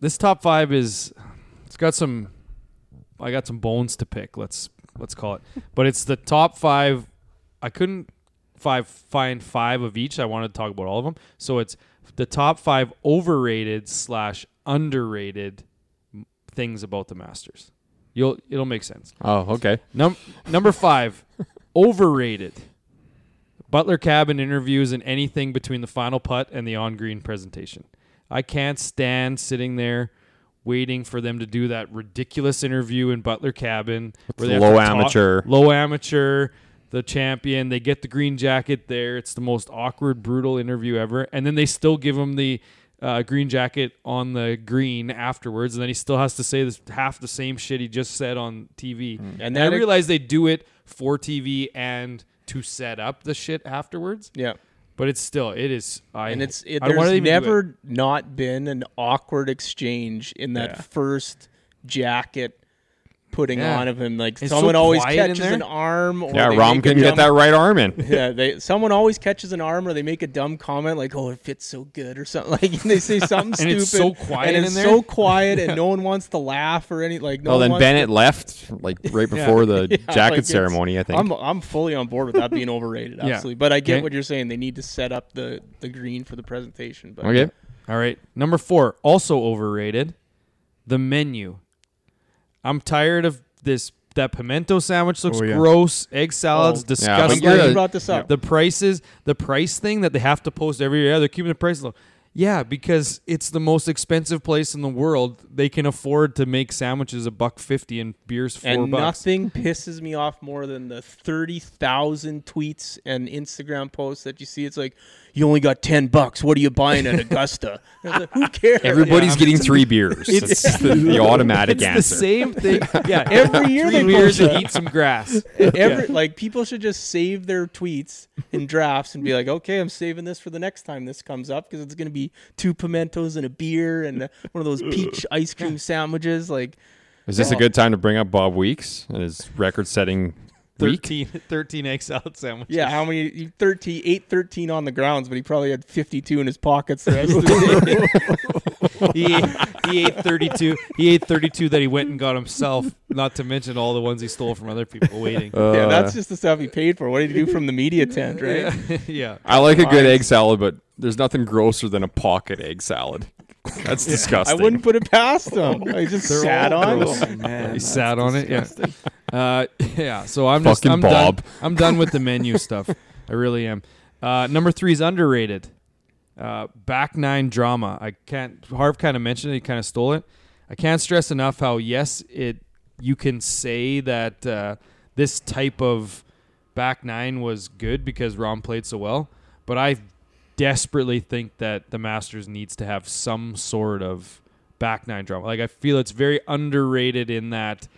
this top five is it's got some. I got some bones to pick. Let's let's call it. But it's the top five. I couldn't five find five of each. I wanted to talk about all of them. So it's the top five overrated slash underrated things about the Masters. You'll it'll make sense. Oh, okay. Num- number five, overrated. Butler cabin interviews and anything between the final putt and the on green presentation. I can't stand sitting there waiting for them to do that ridiculous interview in Butler cabin where the have to low talk- amateur. low amateur, the champion. They get the green jacket there. It's the most awkward, brutal interview ever. And then they still give him the uh, green jacket on the green afterwards. And then he still has to say this half the same shit he just said on TV. And, I that- realize they do it for TV and to set up the shit afterwards. yeah. But it's still, it is. I, and it's it, I don't wanna there's even do it. never not been an awkward exchange in that Yeah. first jacket putting Yeah. on of him. Like It's so someone always quiet in catches there. an arm. Or Yeah, they Rom make a couldn't get dumb- that right arm in. Yeah, they, someone always catches an arm, or they make a dumb comment like, "Oh, it fits so good," or something like they say something And stupid. it's so quiet and in it's there. so quiet, and no one wants to laugh or any like. No well, one Oh, then wants Bennett left like right before the to, jacket like, it's- ceremony. I think. I'm I'm fully on board with that being overrated, Yeah. absolutely. But I get Okay. what you're saying. They need to set up the the green for the presentation. But okay. All right. Number four, also overrated, the menu. I'm tired of this. That pimento sandwich looks Oh, yeah. gross. Egg salad's Oh. Yeah, I'm disgusting. glad Yeah. you brought this up. The prices, the price thing that they have to post every year, they're keeping the prices low. Yeah, because it's the most expensive place in the world. They can afford to make sandwiches a buck fifty and beers four and bucks. nothing pisses me off more than the 30,000 tweets and Instagram posts that you see. It's like, you only got 10 bucks. What are you buying at Augusta? And I was like, Who cares? Everybody's getting three beers. It's, the, the automatic It's the answer. same thing. Yeah, every year they they beers post and eat some grass. Every, Like, people should just save their tweets in drafts and be like, okay, I'm saving this for the next time this comes up because it's going to be two pimentos and a beer and uh, one of those peach ice cream sandwiches. Like, Is this a good time to bing up Bob Weeks and his record-setting week? 13, 13 egg salad sandwiches. yeah, how many? you- 13, 8, 13 on the grounds, but he probably had 52 in his pockets the rest of the day. he ate, he ate 32 he ate 32 that he went and got himself not to mention all the ones he stole from other people waiting yeah, Uh, that's just the stuff he paid for. What did he do from the media tent, right? yeah I like a good egg salad, but there's nothing grosser than a pocket egg salad. That's I disgusting. wouldn't put it past him. I just They're sat all on gross. it. Oh, man, he that's sat on it disgusting. yeah uh, yeah so i'm just Fucking i'm Bob. done i'm done with the menu stuff i really am uh, number three is underrated uh, back nine drama i can't harv kind of mentioned it he kind of stole it i can't stress enough how yes it you can say that uh, this type of back nine was good because Rom played so well, but I desperately think that the Masters needs to have some sort of back nine drama. Like I feel it's very underrated in that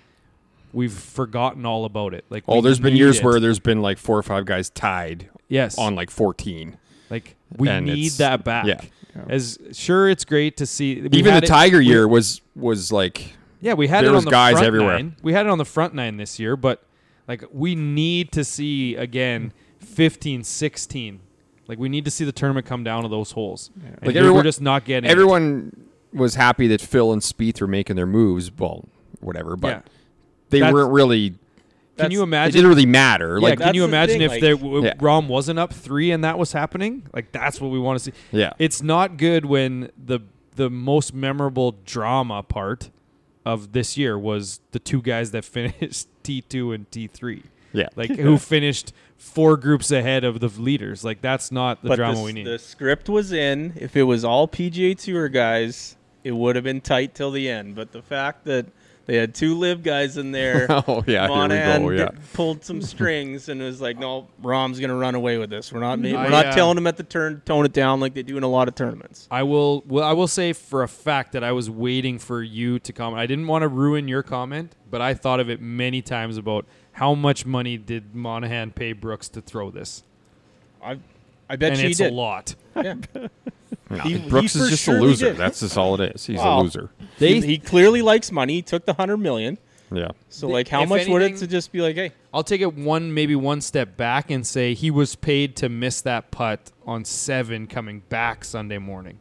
we've forgotten all about it. Like Oh, we there's been need years it. where there's been like four or five guys tied yes, on like 14. like we and need it's- that back. yeah. As sure, it's great to see. we Even the had it- Tiger we- year was was like Yeah, we had There it on was the guys front everywhere. nine. We had it on the front nine this year, but like we need to see again 15, 16. Like we need to see the tournament come down to those holes. Like everyone- we're just not getting it. everyone was happy that Phil and Spieth were making their moves. Well, whatever, but Yeah. they That's- weren't really. Can you It imagine? didn't really matter. yeah, like can that's you the imagine thing, if like- there w- Yeah. Rom wasn't up three and that was happening? Like that's what we want to see. Yeah. it's not good when the the most memorable drama part of this year was the two guys that finished T two and T three. yeah, like who finished four groups ahead of the leaders. Like that's not the but drama the, we need. the script was in. If it was all PGA Tour guys, it would have been tight till the end. But the fact that they had two live guys in there, Oh yeah, Monahan here we go. Yeah. did- pulled some strings and was like, "No, Rom's gonna run away with this. We're not Mm-hmm. ma- I, we're not uh, telling him at the turn, tone it down like they do in a lot of tournaments." I will. Well, I will say for a fact that I was waiting for you to comment. I didn't want to ruin your comment, but I thought of it many times about how much money did Monahan pay Brooks to throw this, I, I bet and you it's did. a lot. Yeah. No, He- Brooks he is for just surely a loser. did. That's just all it is. He's Wow. a loser. They, he, he clearly likes money. He took the hundred million. Yeah. So The- like, how if much would it anything- to just be like, "Hey, I'll take it one, maybe one step back and say he was paid to miss that putt on seven coming back Sunday morning,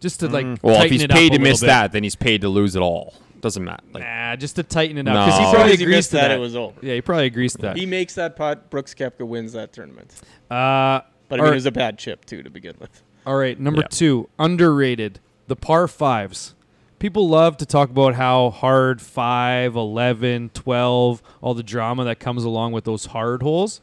just to Mm. like. Well, if tighten he's it up paid a to miss little bit. that, then he's paid to lose it all. Doesn't matter. Like, Nah, just to tighten it up No. because he As probably soon as he agrees missed to that, that. it was over. Yeah, he probably agrees to that. He makes that putt. Brooks Kepka wins that tournament. Uh, But I all mean, right. it was a bad chip too to begin with. All right, number Yeah. two, underrated, the par fives. People love to talk about how hard 5, 11, 12, all the drama that comes along with those hard holes.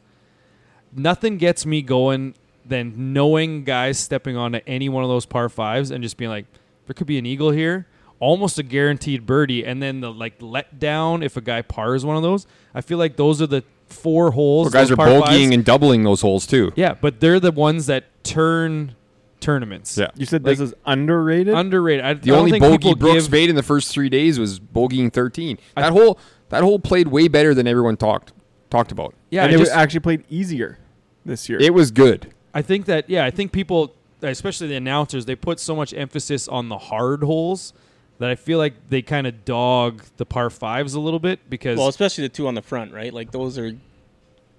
Nothing gets me going than knowing guys stepping onto any one of those par fives and just being like, there could be an eagle here, almost a guaranteed birdie. And then the like letdown if a guy pars one of those. I feel like those are the four holes. well, guys those are par fives. bogeying and doubling those holes too. Yeah, but they're the ones that turn tournaments. Yeah. You said Like, this is underrated. underrated. I, The I don't only think bogey people Brooks give, made in the first three days was bogeying 13. I- that whole that whole played way better than everyone talked talked about. Yeah, and I, it was just- actually played easier this year. It was good. I think that yeah, I think people, especially the announcers, they put so much emphasis on the hard holes that I feel like they kind of dog the par fives a little bit because Well, especially the two on the front, right? Like those are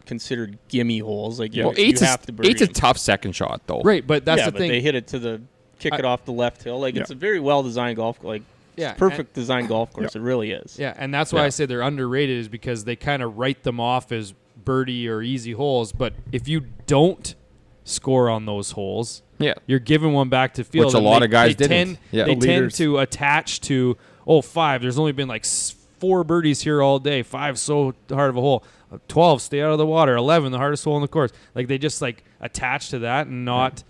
considered gimme holes. Like you, well, you eight's a, have to birdie eight's a them. tough second shot though. right, but that's yeah, the but thing. They hit it to the kick I- it off the left hill. Like it's a Yeah. very well designed golf. Like Yeah, it's perfect design golf course. It really is. yeah, and that's why Yeah. I say they're underrated is because they kind of write them off as birdie or easy holes, but if you don't score on those holes, Yeah. you're giving one back to field. Which a and lot they- of guys they didn't. Tend, Yeah. They The tend leaders. to attach to oh five. There's only been like s- four birdies here all day. Five so hard of a hole. Uh, Twelve stay out of the water. Eleven the hardest hole in the course. Like they just like attach to that and not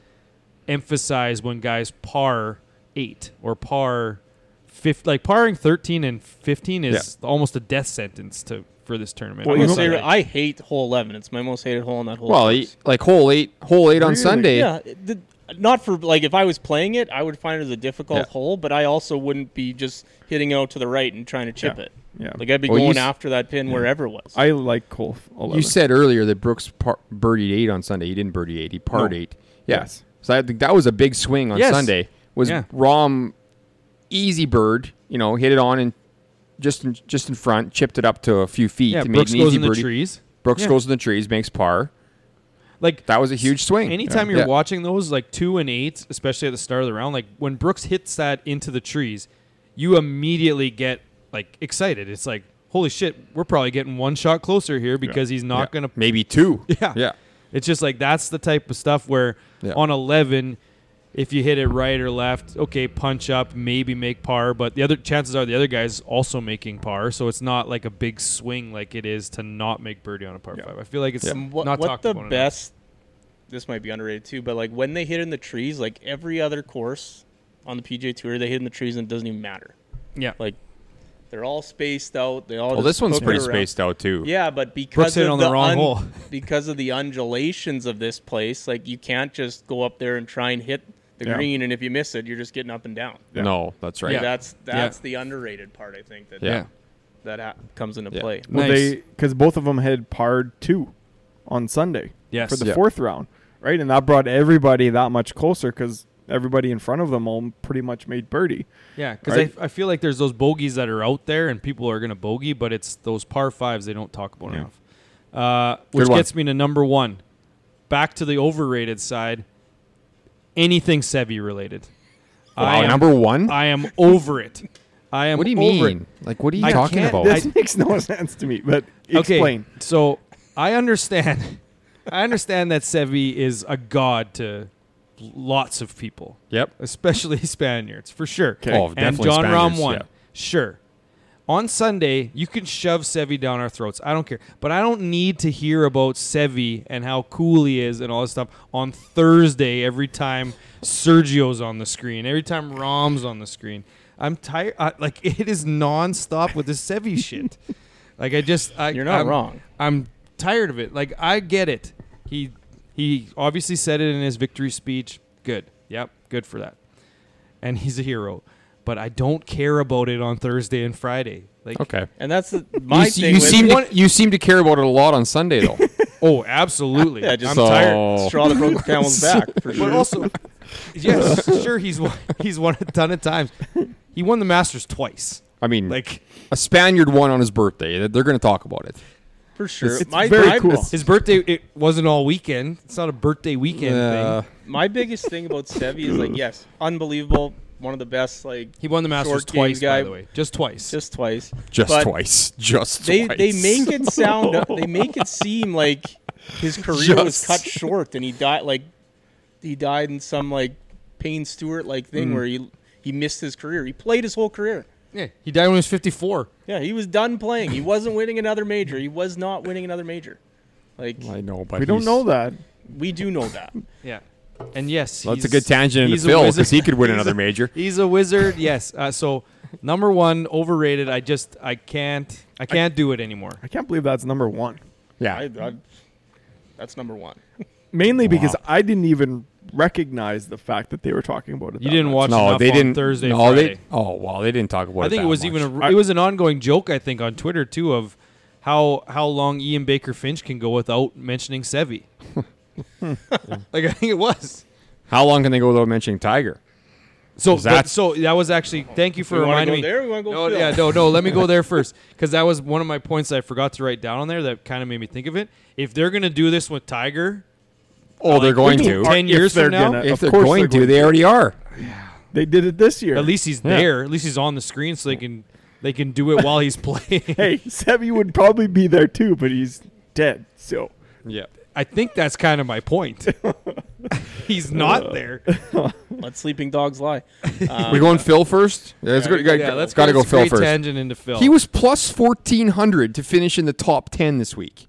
emphasize when guys par eight or par fifth. Like parring thirteen and fifteen is almost a death sentence to for this tournament. Well, I, I'm you must know- sorry. say, I hate hole eleven. It's my most hated hole in that whole. Well, course. he, like hole eight, hole eight on Really? Sunday. yeah, it did- not for like if I was playing it, I would find it as a difficult Yeah. hole, but I also wouldn't be just hitting it out to the right and trying to chip Yeah. it. yeah. Like I'd be Well, you going s- after that pin wherever it was. I like Cole. 11. You said earlier that Brooks par- birdied eight on Sunday. He didn't birdie eight. He parred No. eight. Yeah. Yes. So I think that was a big swing on Yes. Sunday. Was Yeah. Rom easy bird? You know, hit it on and just in, just in front, chipped it up to a few feet yeah, to Brooks make an goes easy in the birdie. trees. Brooks Yeah. goes in the trees, makes par. Like That was a huge swing. Anytime Yeah. you're Yeah. watching those, like two and eight, especially at the start of the round, like when Brooks hits that into the trees, you immediately get like excited. It's like, holy shit, we're probably getting one shot closer here because he's not Yeah. going to. maybe two. Yeah. Yeah. It's just like that's the type of stuff where Yeah. on 11, if you hit it right or left, okay, punch up, maybe make par, but the other chances are the other guy's also making par, so it's not like a big swing like it is to not make birdie on a par Yeah. five. I feel like it's Yeah. And what, not what talked the about enough. best this might be underrated too but like when they hit in the trees like every other course on the pj tour they hit in the trees and it doesn't even matter Yeah. like they're all spaced out they all Well, just this one's hook it pretty around. spaced out too. yeah but Brooks because hit of it on the wrong un- hole. because of the undulations of this place like you can't just go up there and try and hit the Yeah. green and if you miss it you're just getting up and down Yeah. No, that's right. Yeah. that's that's the underrated part i think that Yeah. that ha- comes into Yeah. play Well, Nice. they because both of them had parred two on Sunday Yes. for the Yeah. fourth round, right? And that brought everybody that much closer because everybody in front of them all pretty much made birdie. Yeah, because Right? I, I feel like there's those bogeys that are out there and people are going to bogey, but it's those par fives they don't talk about Yeah. enough. Uh, which Good one. gets me to number one. Back to the overrated side. Anything Sevi related. I Wow, am, number one. I am over it. I am what do you over mean? it. Like, what are you I talking can't- about? This makes no sense to me, but explain. Okay, so I understand. I understand that Sevi is a god to lots of people. yep. especially Spaniards for sure. Okay. Oh, and definitely John Rahm Spaniards, won, yeah. sure. on Sunday, you can shove Sevy down our throats. I don't care. But I don't need to hear about Sevy and how cool he is and all this stuff on Thursday every time Sergio's on the screen, every time Rom's on the screen. I'm tired. I, like, it is nonstop with this Sevy shit. Like, I just. I, You're not I'm- wrong. I'm tired of it. Like I get it. He he obviously said it in his victory speech. Good. Yep. Good for that. And he's a hero. But I don't care about it on Thursday and Friday. Like Okay. And that's the, my you se- thing. you with- seem to, you seem to care about it a lot on Sunday though. oh, absolutely. yeah, just I'm So- tired. straw that broke the camel's back. For sure. Oh. But also, yes, sure he's won, he's won a ton of times. He won the Masters twice. I mean, Like a Spaniard won on his birthday. They're- They're going to talk about it. for sure. It's my, very my- cool. his birthday, it wasn't all weekend. It's not a birthday weekend Uh, thing. my biggest thing about Sevi is like, yes, unbelievable, one of the best. Like He won the Masters Short game twice, by guy. the way, just twice. just twice. Just But twice. Just They twice. they make it sound. uh, they make it seem like his career was Just. cut short and he died like he died in some like Payne Stewart like thing Mm. where he he missed his career. He played his whole career. yeah, he died when he was 54. Yeah, he was done playing. He wasn't winning another major. He was not winning another major. Like I know, but We don't he's- know that. we do know that. Yeah. And yes, That's a he's- good tangent into he's a Phil wizard. because he could win He's a- another major. He's a wizard. Yes. Uh, so number one, overrated. I just I can't I can't do it anymore. I can't believe that's number one. Yeah, I, I, that's number one. Mainly because I didn't even recognize the fact that they were talking about it. You that didn't much. watch no, enough they on didn't. Thursday. no, Friday. they. Oh wow, they didn't talk about it. I think it that was much. even a, it was an ongoing joke. I think on Twitter too of how how long Ian Baker Finch can go without mentioning Sevi. like I think it was. How long can they go without mentioning Tiger? Uh, So that, That's- so that was actually thank you for We wanna reminding go me. there, we wanna go no, Phil. yeah, no, no. Let me go there first because that was one of my points I forgot to write down on there that kind of made me think of it. If they're gonna do this with Tiger, Oh, they're going to. Ten uh, If years they're from now, gonna- if of they're course going they're to, they already are. They did it this year. at least he's Yeah. there. At least he's on the screen, so they can they can do it while he's playing. hey, Sebi would probably be there too, but he's dead. So Yeah. I think that's kind of my point. he's not Uh, there. Let sleeping dogs lie. Um, we going Phil first. Yeah, it's Yeah, good. You gotta- Yeah, let's gotta go, go, that's a Phil great first. Tangent into Phil. He was plus fourteen hundred to finish in the top ten this week.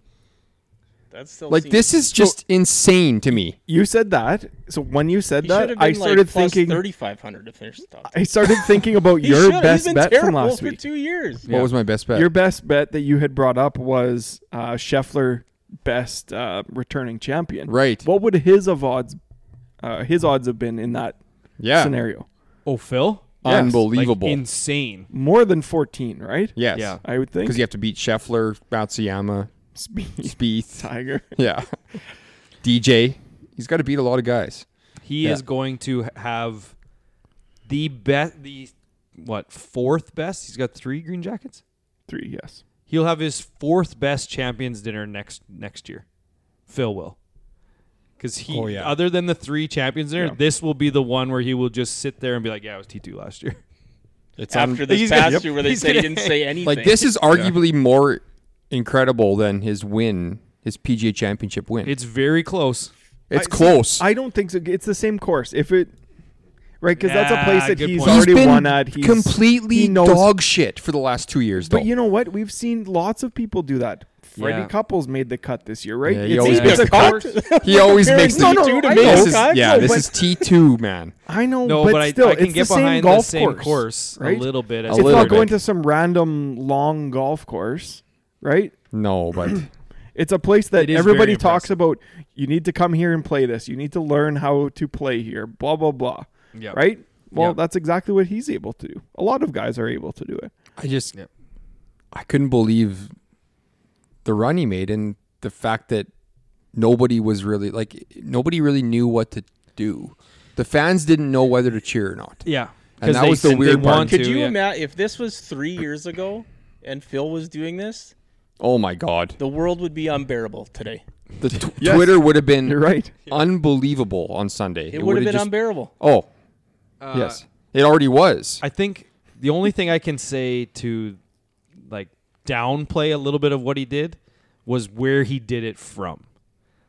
that still Like seems- this is just insane to me. you said that. So when you said He should that, have I been, like, started plus thinking. 3,500 to finish the top. I started thinking about He your should have. best He's been bet terrible from last for week. two years. What was my best bet? Your best bet that you had brought up was uh, Scheffler, best uh, returning champion. Right. What would his of odds, uh, his odds have been in that yeah. scenario? oh Phil, Yes. Like, Unbelievable. insane. More than fourteen, right? yes. Yeah. I would think. Because you have to beat Scheffler, Matsuyama, Speed Spieth. Tiger. Yeah. DJ. He's got to beat a lot of guys. He Yeah. is going to have the best, the what fourth best? He's got three green jackets. Three, yes. He'll have his fourth best champions dinner next next year. Phil will. Because he, Oh, yeah. other than the three champions dinner, Yeah. this will be the one where he will just sit there and be like, "Yeah, I was T two last year." It's After this he's past gonna- year where they he's said he gonna- didn't say anything. like this is arguably more incredible than his win, his PGA Championship win. It's It's, very close. I- close. I don't think so. It's the same course. If it, right? Because that's Nah, a place that good he's point. already won at. He's completely he knows- dog shit for the last two years, though. But you know what? We've seen lots of people do that. Freddie Yeah. Couples made the cut this year, right? Yeah, he It's- always it's makes a the cut. he always makes No, the. no, I know, this is, guys, yeah, no, this but- is T two man. I know, No, but, but, I, still, I can it's get the same behind golf the same course, course, right? a little bit. A it's little not going bit. to some random long golf course, right? No, but It's a place It that is everybody very talks impressive. about. You need to come here and play this. You need to learn how to play here. Blah blah blah. Yeah. Right. Well, Yeah. that's exactly what he's able to do. A lot of guys are able to do it. I just Yep. I couldn't believe the run he made and the fact that nobody was really like nobody really knew what to do. The fans didn't know whether to cheer or not. Yeah, And that they- was the they weird part. want Could to, you yeah. imagine if this was three years ago and Phil was doing this? Oh my god. The world would be unbearable today. The tw- Yes. Twitter would have been You're right. unbelievable on Sunday. It, would have been just- unbearable. Oh, Uh, yes. It already was. I think the only thing I can say to like downplay a little bit of what he did was where he did it from.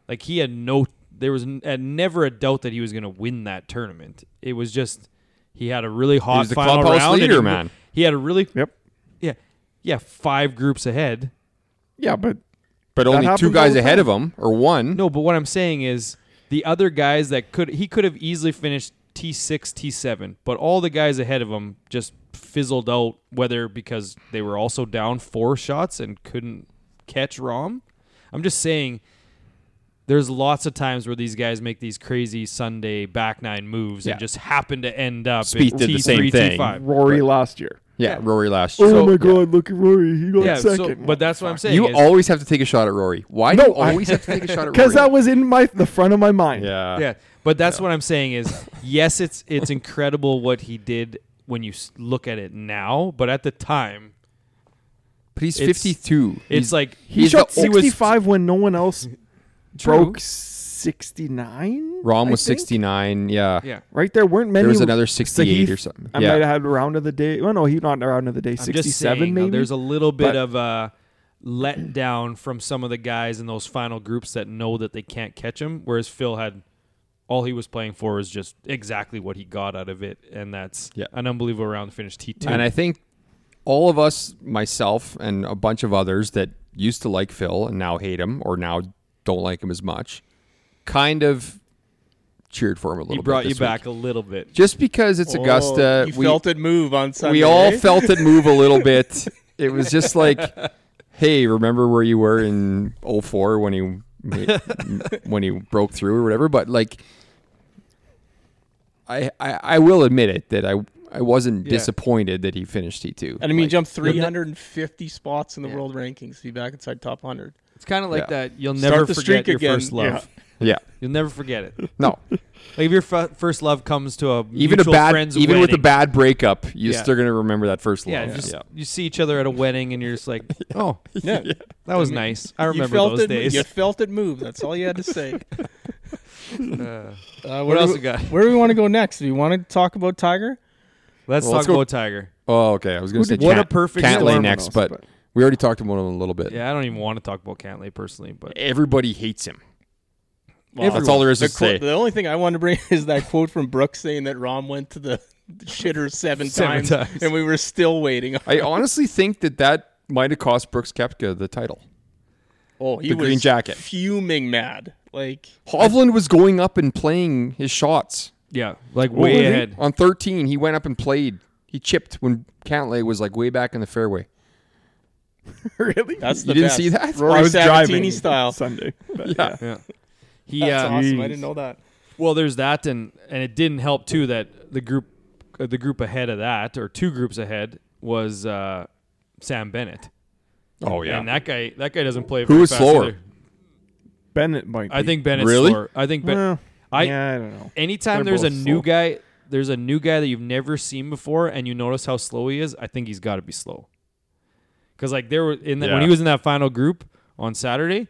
Like he had no there was n- had never a doubt that he was going to win that tournament. It was just he had a really hot was the final clubhouse round and he, leader, man. He had a really Yep. yeah. yeah, five groups ahead. Yeah, but But That only two happens all guys the ahead time. of him, or one. No, but what I'm saying is the other guys that could he could have easily finished T6, T7, but all the guys ahead of him just fizzled out whether because they were also down four shots and couldn't catch Rom. I'm just saying there's lots of times where these guys make these crazy Sunday back nine moves Yeah. and just happen to end up Speed at did the T3, same thing. T5. Rory last year. Yeah, Yeah. Rory last Oh year. my God! Look at Rory. He got Yeah, so- second. but that's what I'm saying. you is- always have to take a shot at Rory. Why do No, you I- always have to take a shot at Rory? because that was in my the front of my mind. yeah. yeah but that's what i'm saying is yes it's it's incredible what he did when you s- look at it now but at the time But he's It's- 52. it's He's- like He He's shot the old- 65 when no one else True. broke 69. Rom I was think. 69. Yeah. yeah Right there weren't many. There was another 68 Sahith, or something. I might yeah. have had round of the day. Well, no, he not round of the day. I'm 67 just saying, though, maybe. there's a little bit But- of a letdown from some of the guys in those final groups that know that they can't catch him whereas phil had all he was playing for was just exactly what he got out of it and that's Yeah. an unbelievable round to finish t2 And I think all of us, myself and a bunch of others that used to like Phil and now hate him or now don't like him as much, kind of cheered for him a little he bit. brought you this week. back a little bit Just because it's Oh, Augusta, you we, felt it move on Sunday. we all eh? felt it move a little bit. It was just like, hey, remember where you were in 04 when he when he broke through or whatever. But like, I I, I will admit it that I I wasn't Yeah. disappointed that he finished T two. And I mean, like, jump 350 spots in the Yeah. world rankings. Be back inside top 100. it's kind of like like Yeah. that you'll Start never the forget streak your again. first love Yeah. yeah, you'll never forget it no, Like if your f- first love comes to a even a mutual bad friend's even with a wedding, bad breakup, you're Yeah. still gonna remember that first yeah, love. just you see each other at a wedding and you're just like, oh, Yeah. that was I mean, nice. I you remember felt those it, days. You felt it move. That's all you had to say. Uh, Uh, what where else do we got? Where do we want to go next? Do we want to talk about Tiger? Let's Well, talk let's go- about Tiger. Oh, okay. I was gonna Who say did- What a Cant- perfect Cantlay storm. next, but, we already talked about him a little bit. Yeah, I don't even want to talk about Cantley personally, but Everybody hates him. Wow. That's all there is The, to say. quote, the only thing I wanted to bring is that quote from Brooks saying that Rom went to the shitter seven, Seven times. and we were still waiting. I honestly think that that might have cost Brooks Kepka the title. Oh, he The was green jacket. fuming mad. Like Hovland was going up and playing his shots. yeah, like What was way it? ahead. On 13, he went up and played. He chipped when Cantlay was like way back in the fairway. really. that's You the didn't best. see that? Rory I was Sabatini driving style. Sunday. But, Yeah. Yeah, he. That's uh, awesome. I Jeez. didn't know that. Well, there's that, and and it didn't help too that the group, uh, the group ahead of that, or two groups ahead, was uh, Sam Bennett. Oh and that guy, that guy doesn't play. Who very was fast slower? either. Bennett might. I be. think Bennett's Really? slower. I think Ben. Well, I yeah, I don't know. anytime They're there's a both new slow. guy there's a new guy that you've never seen before and you notice how slow he is i think he's got to be slow because like there were in that when Yeah. he was in that final group on saturday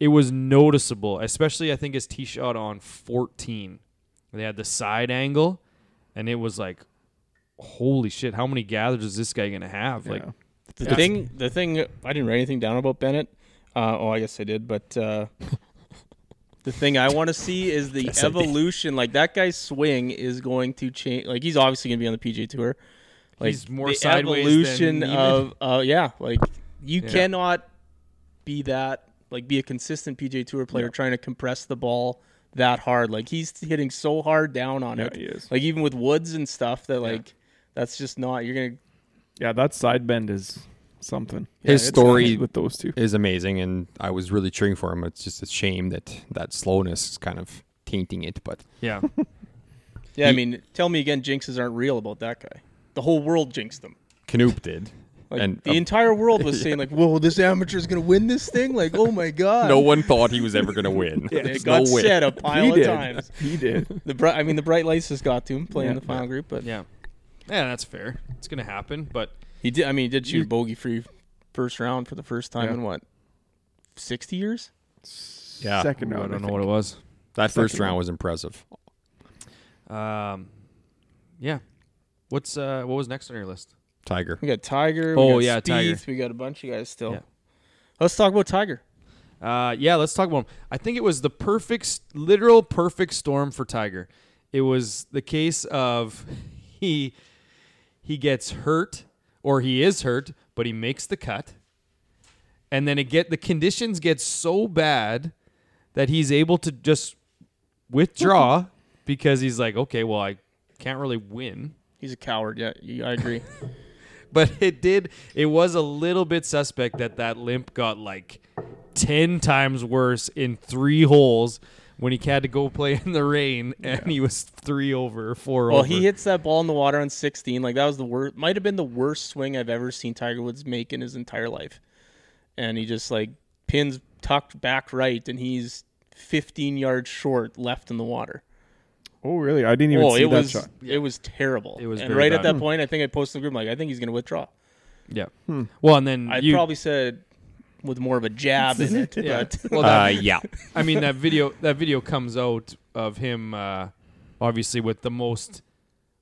it was noticeable especially i think his tee shot on 14 they had the side angle and it was like holy shit how many gathers is this guy gonna have like Yeah. The That's- thing, the thing, I didn't write anything down about Bennett. Uh, oh, I guess I did, but uh, the thing I want to see is the Yes, I did. evolution. Like that guy's swing is going to change. Like he's obviously going to be on the PJ Tour. Like He's more the sideways evolution than Neiman. of, uh, yeah, like you Yeah. cannot be that like be a consistent PJ Tour player trying to compress the ball that hard. Like he's hitting so hard down on Yeah, it. he is. Like even with woods and stuff that like that's just not you're gonna Yeah, that side bend is something. His Yeah, it's story with those two. is amazing, and I was really cheering for him. It's just a shame that that slowness is kind of tainting it. But yeah Yeah, I mean, tell me again, jinxes aren't real about that guy. The whole world jinxed him. Canoop did. Like, and the entire world was saying like, "Whoa, this amateur's gonna win this thing!" Like, oh my god! no one thought he was ever going to win. It There's got no way. said a pile he of did. times. He did. The bright, I mean, the bright lights just got to him playing Yeah. the final group, but yeah yeah that's fair it's gonna happen but he did. I mean, he did shoot a bogey free first round for the first time Yeah. in what sixty years? Yeah. Second Ooh, round. i don't know think. what it was That first Second. round was impressive. um yeah what's uh what was next on your list Tiger. We got Tiger. Oh, we got yeah, Spieth, Tiger. We got a bunch of guys still. Yeah. Let's talk about Tiger. Uh, yeah, let's talk about him. I think it was the perfect, literal perfect storm for Tiger. It was the case of he he gets hurt or he is hurt, but he makes the cut. And then it get the conditions get so bad that he's able to just withdraw because he's like, okay, well, I can't really win. He's a coward. Yeah, you- I agree. But it did. It was a little bit suspect that that limp got like ten times worse in three holes when he had to go play in the rain and he was three over, or four well, over. he hits that ball in the water on 16. Like that was the worst. Might have been the worst swing I've ever seen Tiger Woods make in his entire life. And he just like pins tucked back right, and he's 15 yards short left in the water. Oh, really? I didn't even oh, see it that was shot. it was terrible. It was and very right at bad. that point, I think I posted in the group like I think he's going to withdraw. Yeah. Well, and then I you. probably said with more of a jab in it, yeah. but Well, that, Uh, yeah. I mean that video. That video comes out of him, uh, obviously with the most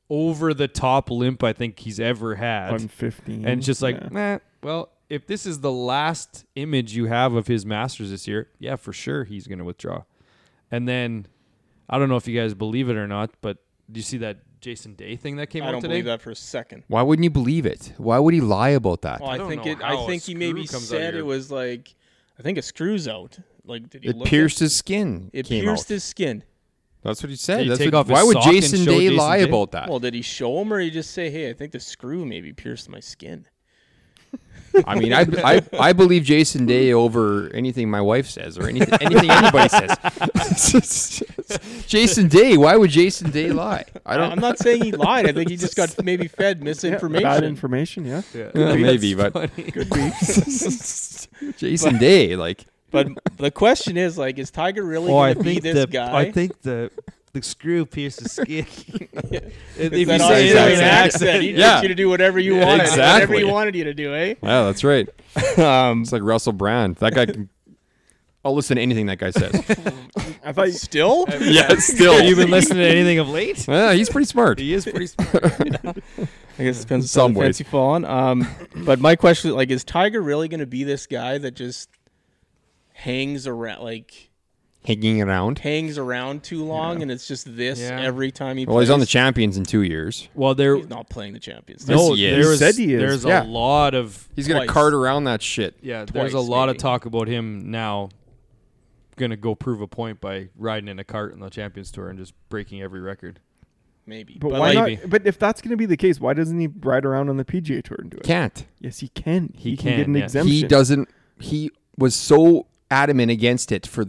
over the top limp I think he's ever had, On 15. and it's just like, Yeah. "Meh, well, if this is the last image you have of his Masters this year, yeah, for sure he's gonna withdraw. And then, I don't know if you guys believe it or not, but do you see that Jason Day thing that came I out don't today? believe that for a second. Why wouldn't you believe it? Why would he lie about that? Well, I, don't think know it. how I a think he maybe screw comes out of said your- it was like I think a screw's out. Like did he it look at- pierced his skin. It came pierced out. his skin. That's what he said. Did he That's take what- off his why would sock and Jason show Day Jason lie Day? about that? Well, did he show him or he just say, "Hey, I think the screw maybe pierced my skin"? I mean, I, I I believe Jason Day over anything my wife says or anything anything anybody says. Jason Day, why would Jason Day lie? I don't. I'm not saying he lied. I think he just got maybe fed Yeah, misinformation. Bad information, yeah. Yeah, maybe, but Jason Day, like, But the question is, like, is Tiger really Oh, I going to be think this the guy? I think the the screw pierces skin. if Is you that you all say he say it said in in an accent, He Yeah. told you to do whatever you wanted, whatever exactly. he wanted you to do, eh? yeah, that's right. Um, It's like Russell Brand. That guy can. I'll listen to anything that guy says. I thought you, still, yeah, still. have you been listening to anything of late? Yeah, he's pretty smart. He is pretty. I guess it depends Some on the ways. fence you fall on. Um, but my question is, like, is Tiger really going to be this guy that just hangs around, like, Hanging around. hangs around too long, and it's just this Yeah. every time he? Well, he's on the plays? champions in two years. Well, there He's not playing the Champions. League. no, he is. there was, said he is. there's a Yeah. lot of He's gonna Twice. cart around that shit. yeah. Twice, there's a lot maybe. of talk about him now. Gonna go prove a point by riding in a cart in the Champions Tour and just breaking every record. maybe. but, But, why like, maybe. not? But if that's going to be the case, why doesn't he ride around on the PGA Tour and do it? Can't. Yes, he can. He, can, can, get an yeah. He exemption. He doesn't. He was so adamant against it for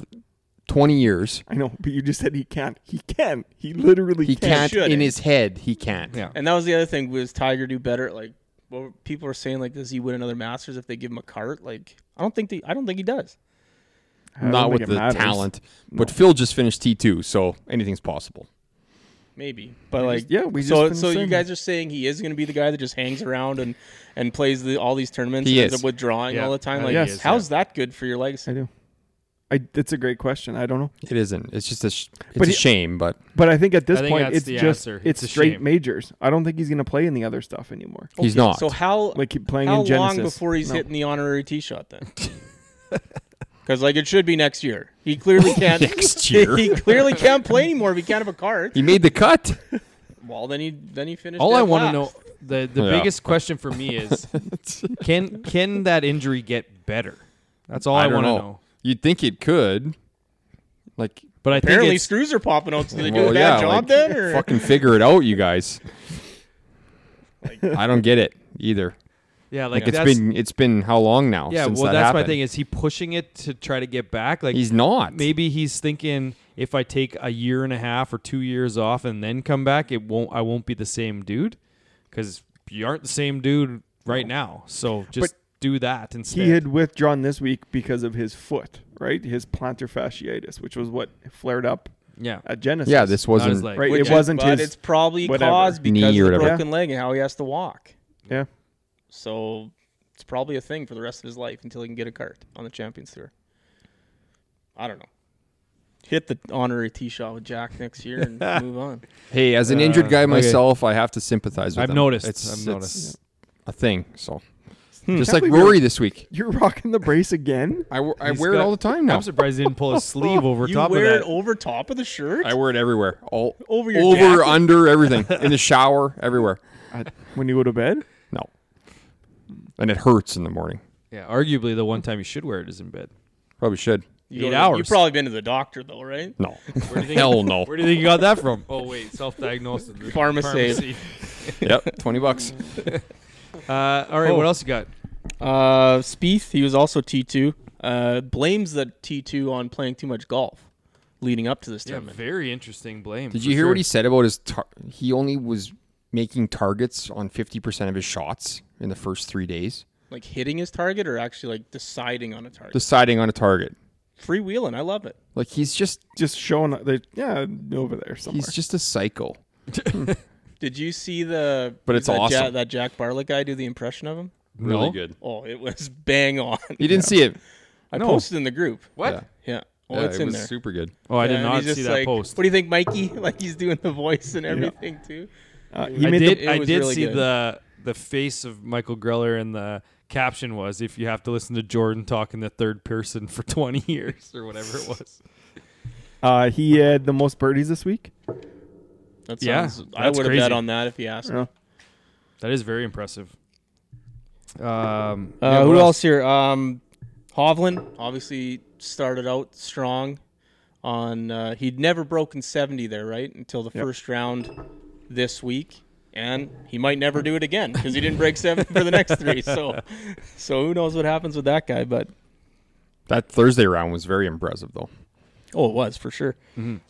twenty years. I know, but you just said he can't. He can. He literally He can. can't. should. in his head, he can't. Yeah. and that was the other thing was Tiger do better? Like, well, people are saying like, does he win another Masters if they give him a cart? Like, I don't think the, I don't think he does. I don't Not think with it the matters. talent. But Phil just finished T two, so anything's possible. Maybe, but We like, just- yeah, we so just been so you saying guys are saying he is going to be the guy that just hangs around and and plays the, all these tournaments He and ends is. up withdrawing Yeah, all the time. I Like, think he is, how's that good for your legacy? I do. I, it's a great question. I don't know, It isn't. It's just a. Sh- it's But a he- shame. But but I think at this I think point that's it's the just answer. It's it's, a straight shame. majors. I don't think he's going to play in the other stuff anymore. he's Okay, not. So how Like he playing how in Genesis. long before he's No. hitting the honorary tee shot then? Because like it should be next year. He clearly can't. Next year. he clearly can't play anymore if he can't have a card. he made the cut. Well, then he then he finished. All dead I want to last. know the the Yeah. biggest question for me is can can that injury get better? That's all I, don't want to know. know. You'd think it could. Like, But I Apparently, think it's, screws are popping out. So they do well, a bad yeah, job like, then, or fucking figure it out, you guys. I don't get it either. yeah, like, Like, it's that's been it's been how long now? yeah. since Well, that that's my happened? thing. Is he pushing it to try to get back? Like He's not. maybe he's thinking if I take a year and a half or two years off and then come back, it won't. I won't be the same dude because you aren't the same dude right now. So just do that instead. He had withdrawn this week because of his foot, right? His plantar fasciitis, which was what flared up yeah, at Genesis. Yeah, this Not wasn't his leg. right. Which it wasn't but his. it's probably whatever. caused Knee because or of the whatever. broken leg and how he has to walk. yeah, So it's probably a thing for the rest of his life until he can get a cart on the Champions Tour. I don't know. Hit the honorary tee shot with Jack next year and move on. Hey, as an Uh, injured guy okay. myself, I have to sympathize with I've them. noticed. It's, I've it's noticed. Hmm. a thing. So Hmm. just Can't like believe Rory this week, you're rocking the brace again. I, w- I He's wear it got- all the time now. I'm surprised he didn't pull his sleeve over you top of wear that. it over top of the shirt? I wear it everywhere, all Over your over, jacket? under, everything in the shower, everywhere. I- when you go to bed, No, and it hurts in the morning. Yeah, arguably the one time you should wear it is in bed. Probably should. You Eight go to- hours. You've probably been to the doctor though, right? No. Where do you think, Hell no. Where do you think you got that from? Oh wait, self-diagnosed. at the Pharmacy. yep. Twenty bucks. Mm-hmm. Uh, all right, Oh. what else you got? Uh, Spieth, he was also T two. Uh, blames the T two on playing too much golf, leading up to this Yeah, tournament. very interesting blame. Did for you hear sure. what he said about his? Tar- he only was making targets on fifty percent of his shots in the first three days, Like hitting his target or actually like deciding on a target. deciding on a target. Freewheeling, I love it. Like he's just Just showing up. They, yeah, over there somewhere. he's just a psycho. Did you see the? But it's that Ja- awesome. that Jack Barlick guy do the impression of him. No? good. Oh, it was bang on. He didn't see it. I No. posted in the group. What? Yeah. Yeah. Oh, Yeah, it's it in was there. super good. Oh, I Yeah, did and not he's just see that like, post. What do you think, Mikey? Like he's doing the voice and everything too. uh, he I made did. it I was did really see good. the the face of Michael Greller, and the caption was, "If you have to listen to Jordan talk in the third person for 20 years or whatever it was." the, uh, he had the most birdies this week. That Yeah, sounds. I that's would have crazy. bet on that if you asked. me. Yeah. That is very impressive. Um, Uh, yeah, who what else? here? Um, Hovland obviously started out strong. On uh, he'd never broken seventy there, right? Until the Yep. first round this week, and he might never do it again because he didn't break seventy for the next three. So, so who knows what happens with that guy? But That Thursday round was very impressive, though. oh, it was for sure.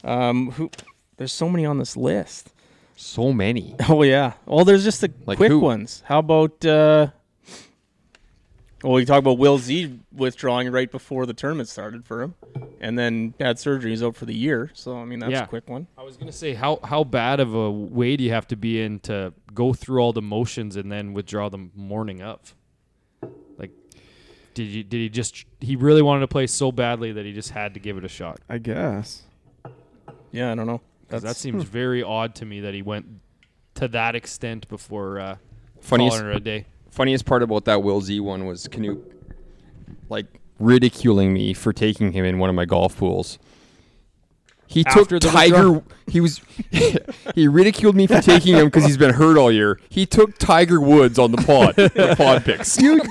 Um, who? There's so many on this list. So many. Oh yeah. Well, there's just the Like quick who? ones. How about? Uh, well, you talk about Will Z withdrawing right before the tournament started for him, and then had surgery. He's out for the year. So I mean, that's Yeah. a quick one. I was gonna say how how bad of a way do you have to be in to go through all the motions and then withdraw the morning of? Like, did you did he just he really wanted to play so badly that he just had to give it a shot? I guess. Yeah, I don't know. 'Cause That's that seems very odd to me that he went to that extent before uh, Funniest calling it a day. funniest part about that Will Z one was Canoop like ridiculing me for taking him in one of my golf pools. He After took the Tiger. He was he ridiculed me for taking him because he's been hurt all year. He took Tiger Woods on the pod. the pod picks. You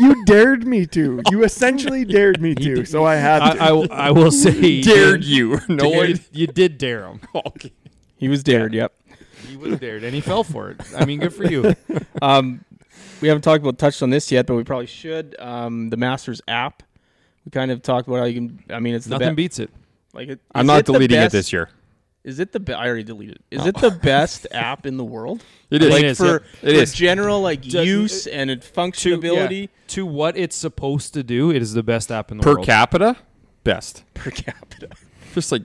you dared me to. You essentially dared me to. So I had Uh, to. I, I, I will say, he Dared did- you? No you- one. you did dare him. Okay. he was dared. Yep. He was dared, and he fell for it. I mean, good for you. Um, we haven't talked about touched on this yet, but we probably should. Um, the Masters app. We kind of talked about how you can. I mean, it's the Nothing be- beats it. like it, I'm is not it the deleting it best- this year. Is it the? Be- I already deleted. it. Is it the best app in the world? It is. Like like It is, for, yeah. It for is. general like Ju- use and it functionability to what it's supposed to do, it is the best app in the per world. capita, best. per capita. Just like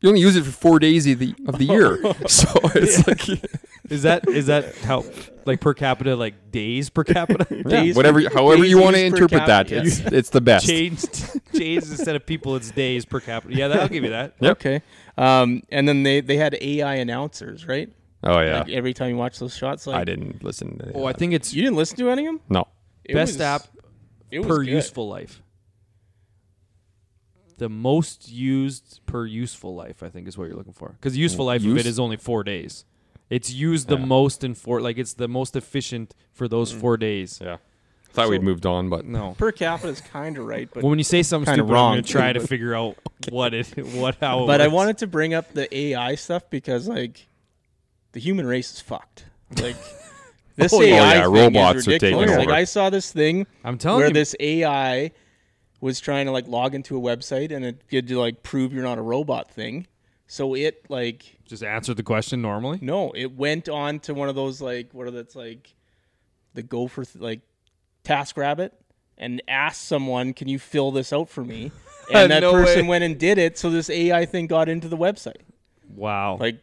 you only use it for four days of the of the year, so it's like Is that is that how like per capita like days per capita? yeah, Days whatever, per- however days you want to used per interpret that, capita, it's it's the best. Changed days instead of people, it's days per capita. Yeah, that, I'll give you that. Yep. Okay. Um, and then they, they had AI announcers, right? Oh yeah, Like every time you watch those shots, like I didn't listen. To any of Oh, I that. think it's You didn't listen to any of them. no. It best was- app it was per good. useful life. The most used per useful life, I think, is what you're looking for. Because useful life of Use? it is only four days. It's used the most in four, like it's the most efficient for those Mm. four days. Yeah, thought we'd moved on, but No. per capita is kind of right, but Well, when you say something Kinda stupid, wrong, I'm wrong, gonna try too, to figure out what it, what how. It but I works. wanted to bring up the AI stuff because like the human race is fucked. Like this Oh, AI yeah. Oh, yeah, thing robots is are taking ridiculous. like over. I saw this thing I'm telling where Oh, you. this AI was trying to like log into a website and it did like prove you're not a robot thing. So it like Just answer the question normally. no, it went on to one of those like what are that's like the gopher th- like task rabbit and asked someone, "Can you fill this out for me?" And that No person way. went and did it. So this AI thing got into the website. Wow. Like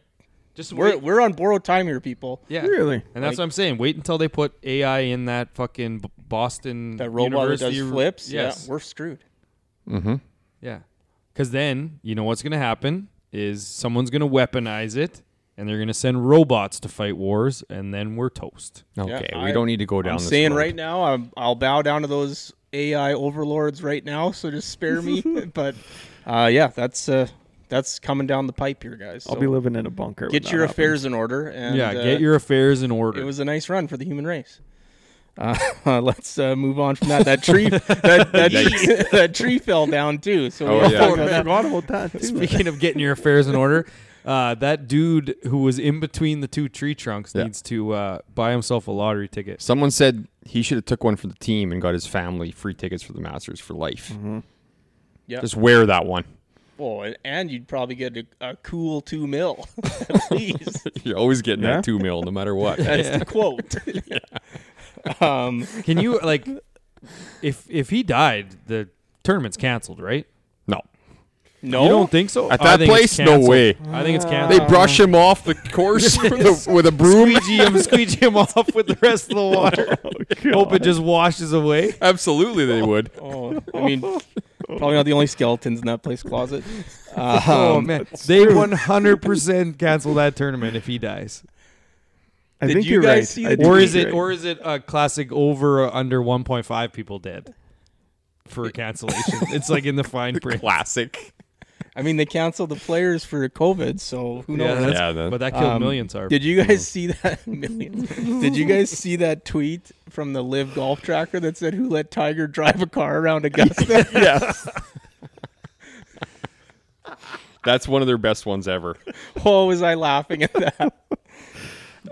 just we're wait- we're on borrowed time here, people. yeah. really. And that's what I'm saying. Wait until they put AI in that fucking B- Boston That robot that does University- flips, Yes. yeah, we're screwed. Yeah. Because then, you know what's going to happen is someone's going to weaponize it and they're going to send robots to fight wars and then we're toast. okay, Yeah, we I- don't need to go down. I'm this saying road. right now, I'm, I'll bow down to those AI overlords right now. So just spare me. but uh, yeah, that's uh, that's coming down the pipe here, guys. I'll So be living in a bunker. when get that your happens. affairs in order. And, yeah, uh, get your affairs in It order. was a nice run for the human race. Uh, let's uh, move on from that. That tree, that, that, tree that tree fell down too. So Oh, we all yeah. know that. forgot about that. too. Speaking of getting your affairs in order, uh, that dude who was in between the two tree trunks Yeah. needs to uh, buy himself a lottery ticket. Someone said he should have took one for the team and got his family free tickets for the Masters for life. Mm-hmm. Yeah. Just wear that one. Oh, and- and you'd probably get a, a cool two mil at least. You're always getting Yeah. that two mil no matter what. That's the quote. um, Can you like, if if he died, the tournament's canceled, right? no. no, You don't think so? At I that think it's place? No canceled. way. I Uh, think it's They canceled. brush him off the course with, a, with a broom. squeegee him, squeegee him off with the rest of the water. Oh, Hope it just washes away. Absolutely, they would. Oh, I mean, probably not the only skeletons in that place closet. Um, oh man, they 100% cancel that tournament if he dies. I Did think you are guys right. see I the- think Or you're is it right. or is it a classic over or under 1.5 people dead for cancellation? it's like in the fine print. Classic. I mean, they canceled the players for COVID, so who knows? that's- Yeah, that- but that killed Um, millions. Are Did you guys see that? Millions. Did you guys see that tweet from the Live Golf Tracker that said, "Who let Tiger drive a car around Augusta?" yes. That's one of their best ones ever. oh, was I laughing at that?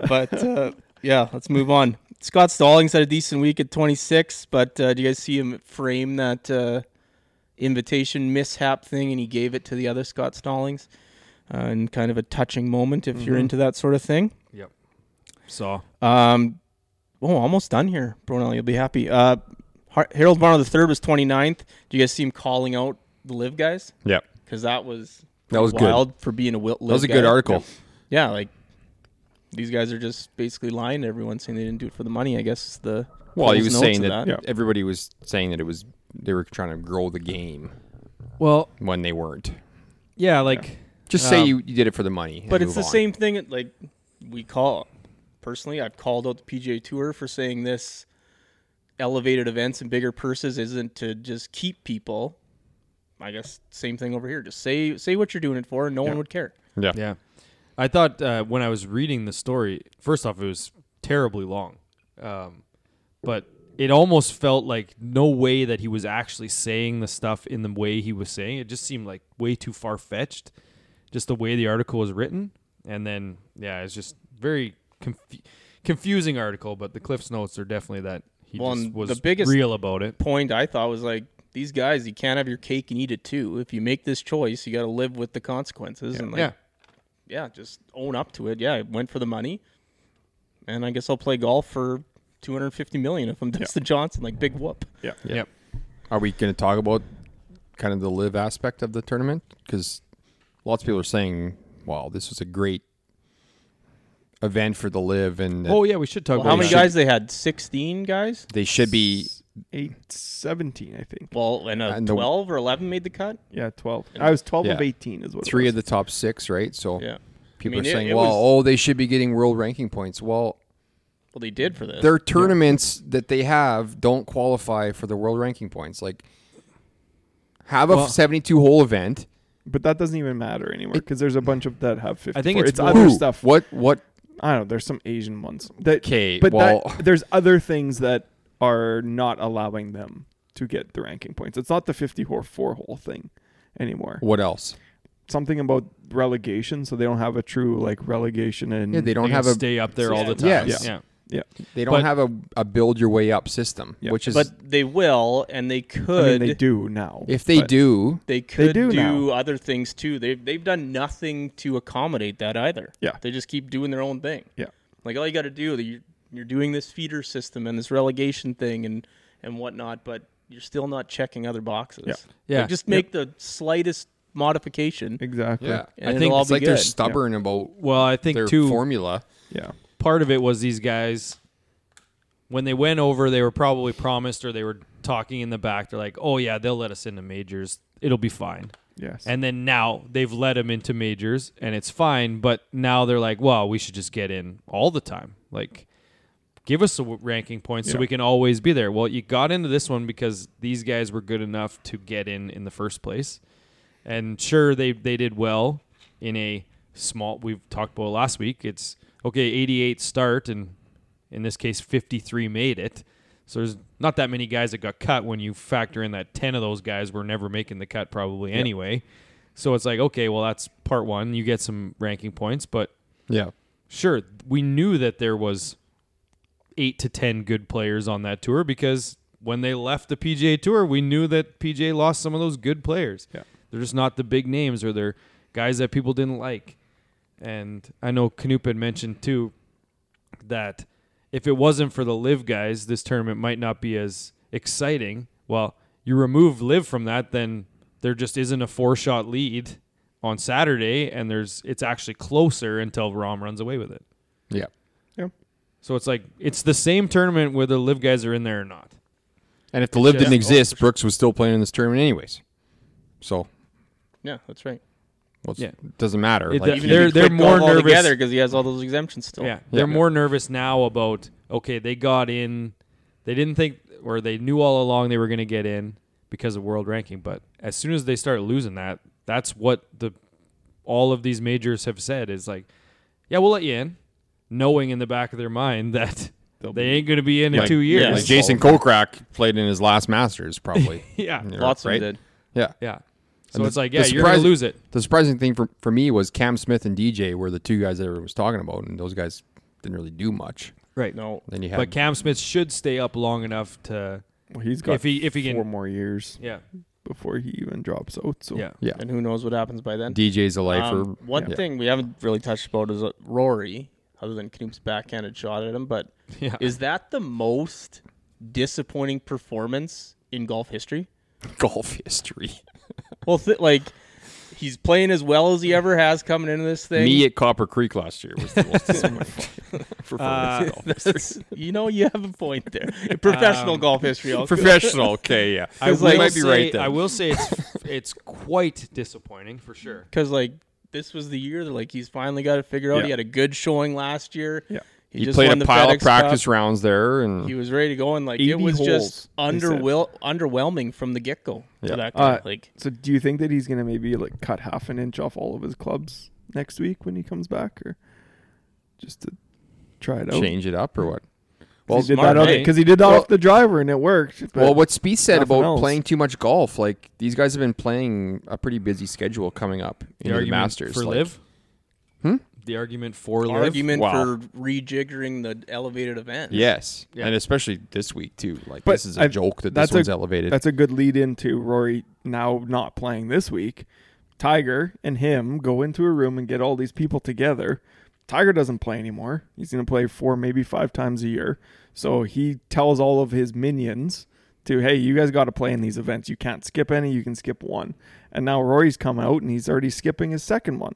but uh, yeah, let's move on. Scott Stallings had a decent week at 26, but uh, do you guys see him frame that uh, invitation mishap thing? And he gave it to the other Scott Stallings uh, in kind of a touching moment, if Mm-hmm. you're into that sort of thing. saw? Um, oh, almost done here, Brunel. You'll be happy. Uh, Har- Harold Barno III was 29th. Do you guys see him calling out the live guys? Yep. Because that was That was good. wild for being a will. That was a good article. Yeah, like these guys are just basically lying to everyone, saying they didn't do it for the money. I guess is the Well, he Cole's was notes saying of that, Yeah. everybody was saying that it was they were trying to grow the game Well, when they weren't. yeah, like Just say Um, you, you did it for the money. and but it's move the on. same thing. Like we call personally, I've called out the PGA Tour for saying this elevated events and bigger purses isn't to just keep people. I guess same thing over here. Just say say what you're doing it for, and no one would care. Yeah. yeah. I thought uh, when I was reading the story, first off, it was terribly long, um, but it almost felt like no way that he was actually saying the stuff in the way he was saying it. Just seemed like way too far fetched, just the way the article was written. And then, yeah, it's just very confu- confusing article. But the Cliff's notes are definitely that he Well, just and was the biggest- real about it. point I thought was like these guys, you can't have your cake and eat it too. If you make this choice, you got to live with the consequences. And like, yeah, yeah, just own up to it. Yeah, I went for the money, and I guess I'll play golf for 250 million if I'm Dustin Johnson. Like big whoop. yep. Are we going to talk about kind of the live aspect of the tournament? Because lots of people are saying, "Wow, this was a great event for the live," and that Oh yeah, we should talk. Well, about how many that. guys they had? 16 guys. they should be. eight seventeen? I think. Well, and, uh And the- 12 or 11 made the cut. Yeah, twelve. I was twelve of Yeah. eighteen. Is what Three it of the top six, right? So Yeah. people I mean, are it- saying, it "Well, was- oh, they should be getting world ranking points." Well, Well, they did for this. their tournaments that they have don't qualify for the world ranking points. Like, have a Well- 72 hole event. but that doesn't even matter anymore because there's a bunch of that have fifty. I think it's more- other Who? stuff. What? What? I don't know. There's some Asian ones. That, 'Kay, but that- well- there's other things that are not allowing them to get the ranking points. It's not the fifty or four hole thing anymore. What else? Something about relegation, so they don't have a true like relegation and Yeah, they don't They have can a stay up there all the time. Yes. Yeah. yeah. they don't but- have a, a build your way up system, Yeah. which is but they will, and they I could. mean, they do now. if they but- do, They could do do, now. other things too. They've they've done nothing to accommodate that either. Yeah. they just keep doing their own thing. Yeah. like all you got to do, you're, you're doing this feeder system and this relegation thing and and whatnot, but you're still not checking other boxes. Yeah. Yeah. Like, just make the slightest modification. exactly. yeah, And I it'll think all it's be like they're good. stubborn about Well, I think their too. formula. Yeah. part of it was these guys when they went over they were probably promised or they were talking in the back they're like oh yeah they'll let us into majors it'll be fine Yes. and then now they've let them into majors and it's fine but now they're like well we should just get in all the time like give us the w- ranking points so Yeah. we can always be there well you got into this one because these guys were good enough to get in in the first place and sure they they did well in a small we've talked about it last week it's okay 88 start and In this case, 53 made it. So there's not that many guys that got cut when you factor in that 10 of those guys were never making the cut probably anyway. So it's like, okay, well, that's part one. You get some ranking points, but Yeah. sure we knew that there was eight to ten good players on that tour because when they left the PGA tour we knew that PGA lost some of those good players Yeah. they're just not the big names or they're guys that people didn't like and I know Knoop had mentioned too that if it wasn't for the live guys this tournament might not be as exciting well you remove live from that then there just isn't a four shot lead on Saturday and there's it's actually closer until Rom runs away with it. Yeah. So it's like it's the same tournament whether live guys are in there or not. And if the live Yeah. didn't Oh, exist, Brooks was still playing in this tournament anyways. So Yeah, that's right. well, it's- Yeah. it doesn't matter. It like, does- you- They're- they're more nervous- because he has all those exemptions still. Yeah. They're Yeah. more nervous now about okay, they got in. They didn't think or they knew all along they were going to get in because of world ranking, but as soon as they start losing that, that's what the all of these majors have said is like, yeah, we'll let you in, knowing in the back of their mind that They'll they be- ain't going to be in in Like- 2 years. Yeah. like Jason Kokrak played in his last Masters, probably. yeah. Yeah. Lots Right. of them did. yeah. Yeah. So And the- it's like, the yeah, you're going to surprise- lose it. The surprising thing for, for me was Cam Smith and DJ were the two guys that everyone was talking about, and those guys didn't really do much. Right. No, Then you had But Cam Smith should stay up long enough to Well, he's got if he if he four can more years yeah before he even drops out. So yeah yeah, and who knows what happens by then. DJ's a lifer. Um, one yeah. thing we haven't really touched about is uh, Rory, other than Knoop's backhanded shot at him. But yeah is that the most disappointing performance in golf history? golf history. Well, th- like he's playing as well as he ever has coming into this thing. Uh, Me at Copper Creek last year was the most disappointing performance. in golf history. That's- you know, you have a point there. Um, Professional golf history. I'll- Professional, okay, yeah. I You will might be say- right then. I will say it's it's quite disappointing for sure. because like this was the year that like he's finally got it figured out. Yeah. He had a good showing last year. Yeah. he, He just played won a the pile of FedEx Cup. practice rounds there, and He was ready to go, and like 80 it was holes, just they said. underwhel- underwhelming from the get go. Yeah. To that guy. Uh, like So do you think that he's gonna maybe like cut half an inch off all of his clubs next week when he comes back, or just to try it out? change it up or what? Well, he did smart, that eh? because he did that Well- off the driver and it worked. but- well, what Spieth said nothing about else. playing too much golf, like these guys have been playing a pretty busy schedule coming up in the Masters. for like, live, Hmm? The argument for live. argument Wow. for rejiggering the elevated event. Yes, Yeah. and especially this week too. Like But this is a I've- joke that this that's a- one's elevated. That's a good lead into Rory now not playing this week. Tiger and him go into a room and get all these people together. Tiger doesn't play anymore. He's going to play four, maybe five times a year. So he tells all of his minions to, hey, you guys got to play in these events. You can't skip any. You can skip one. And now Rory's come out and he's already skipping his second one.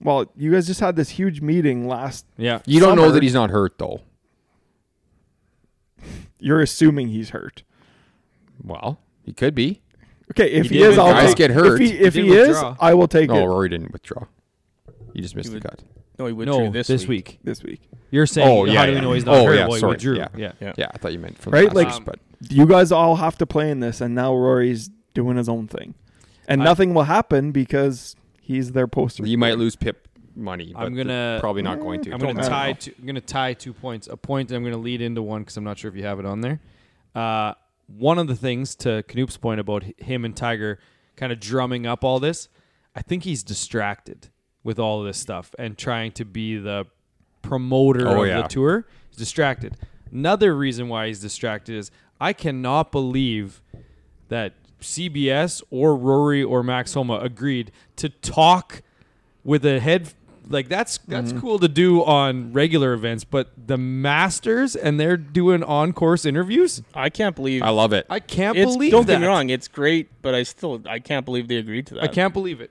Well, you guys just had this huge meeting last. Yeah. you don't know summer- that he's not hurt though. You're assuming he's hurt. Well, he could be. Okay, if He he, did is, I'll withdraw. take, Guys get hurt. If he, if He did he is, withdraw. I will take No, it Rory didn't withdraw. You just missed He the would- cut. No, he withdrew No, this, this, week. week. this week. You're saying Oh, yeah, how do we yeah. know he's not Oh, hurt? yeah, Well, he sorry. withdrew. Yeah. Yeah. Yeah, I thought you meant from Right, the like- Masters, but you guys all have to play in this and now rory's doing his own thing and I- nothing will happen because he's their poster you might lose Pip money. But I'm gonna- probably not going to. I'm going to matter. tie. Two, I'm going to tie two points. A point. and I'm going to lead into one because I'm not sure if you have it on there. Uh, one of the things to Knoop's point about h- him and Tiger kind of drumming up all this, I think he's distracted with all of this stuff and trying to be the promoter Oh, of yeah. the tour. He's distracted. Another reason why he's distracted is I cannot believe that CBS or Rory or Max Homa agreed to talk with a head like that's that's cool to do on regular events, but the Masters and they're doing on course interviews. I can't believe. I love it. I can't it's, believe don't that. get me wrong, it's great, but I still I can't believe they agreed to that. I can't believe it.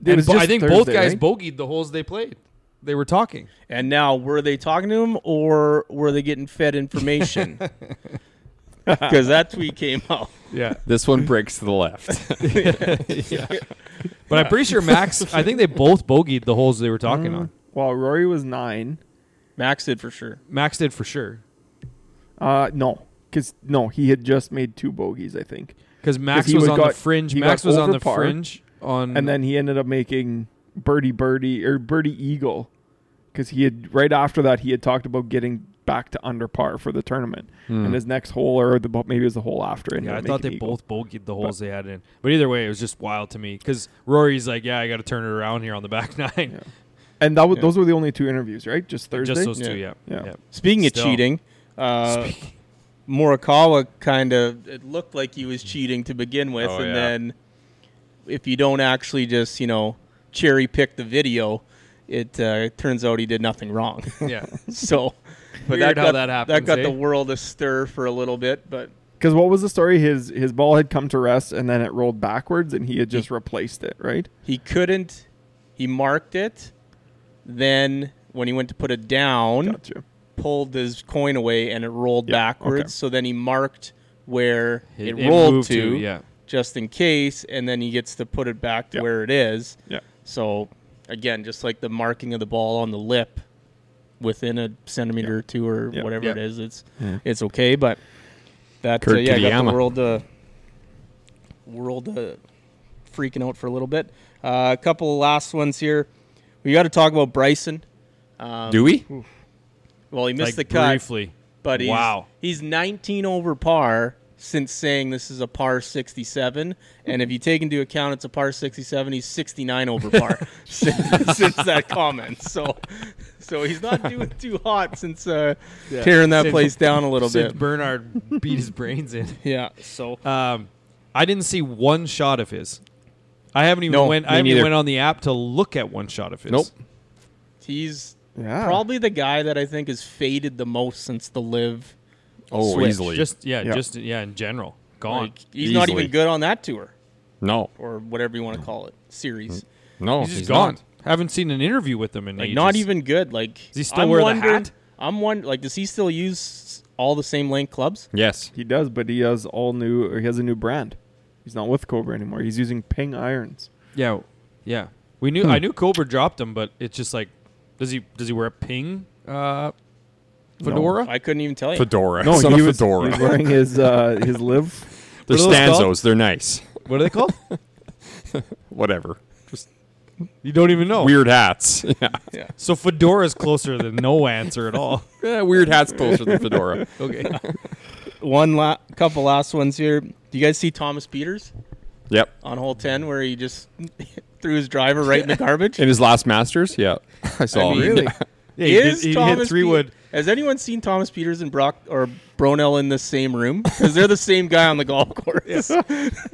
It And was bo- I just think both Thursday, guys right? bogeyed the holes they played. They were talking. And now, were they talking to him or were they getting fed information? Because that tweet came out. Yeah. This one breaks to the left. But I'm pretty sure Max I think they both bogeyed the holes they were talking on. Mm. well rory was nine Max did for sure. Max did for sure. uh no because no he had just made two bogeys i think Because Max he was would on the got- fringe. he Max got was on over the par, fringe on and then he ended up making birdie birdie or birdie eagle because he had right after that he had talked about getting back to under par for the tournament. And his next hole, or the bo- maybe it was the hole after, and Hmm. Yeah, I it'll thought make an they eagle. both bogeyed the holes they had in. But either way, it was just wild to me because Rory's like, "Yeah, I got to turn it around here on the back nine. And that was, Yeah. those were the only two interviews, right? Just Thursday. just those Yeah. two, yeah. Yeah. Speaking Still. of cheating, uh, Morikawa kind of it looked like he was cheating to begin with, Oh, and yeah. then if you don't actually just you know cherry pick the video, it uh, turns out he did nothing wrong. yeah, yeah. so, but Weird that how got, that happens, got eh? the world astir for a little bit, but Because what was the story? His his ball had come to rest, and then it rolled backwards, and he had just replaced it, right? he couldn't. He marked it. Then when he went to put it Hmm. down, Gotcha. pulled his coin away and it rolled Yeah, backwards. okay. So then he marked where It- it, it rolled moved to, to, yeah. just in case, and then he gets to put it back to Yeah. where it is. Yeah. So again, just like the marking of the ball on the lip within a centimeter or two or Yeah. whatever Yeah. it is, it's Yeah. it's okay. But that uh, Kurt yeah got Kitayama. the world uh, world uh, freaking out for a little bit. Uh, a couple of last ones here. We got to talk about Bryson. Um, Do we? Well, he Like missed the cut briefly, but he's, Wow. he's 19 over par since saying this is a par 67 and if you take into account it's a par 67 he's 69 over par since, since that comment so so he's not doing too hot since uh, tearing that Since- place down a little since bit Bernard beat his brains in. yeah so Um, I didn't see one shot of his. I haven't even No, went. me I haven't even neither. went on the app to look at one shot of his. Nope. he's Yeah. probably the guy that i think has faded the most since the live Oh, Switch. easily. Just yeah, Yeah. just yeah. In general, gone. like, he's not Easily. even good on that tour no, or whatever you want to call it series no, he's just he's gone. not. Haven't seen an interview with him in Like ages. not even good. Like he still wear the hat? I'm wondering. Like, does he still use all the same length clubs? Yes, He does, but he has all new. Or he has a new brand. He's not with Cobra anymore. He's using Ping irons. Yeah, yeah. We knew. I knew Cobra dropped him, but it's just like, does he does he wear a ping uh, fedora? I couldn't even tell you. fedora. No, No, he, a was, he fedora. was wearing his uh, his live. They're What are those called? stanzos. They're nice. What are they called? Whatever. Just you don't even know. weird hats. Yeah. yeah. So fedora's closer than no answer at all. Yeah, weird hats closer than fedora. Okay. One la- couple last ones here. Do you guys see Thomas Peters Yep. on hole ten where he just threw his driver right in the garbage? In his last Masters, yeah, I saw. him. mean, Yeah, he, Is did, he hit Thomas three Pe- wood. Has anyone seen Thomas Peters and Brock or Bronell in the same room? Because they're the same guy on the golf course.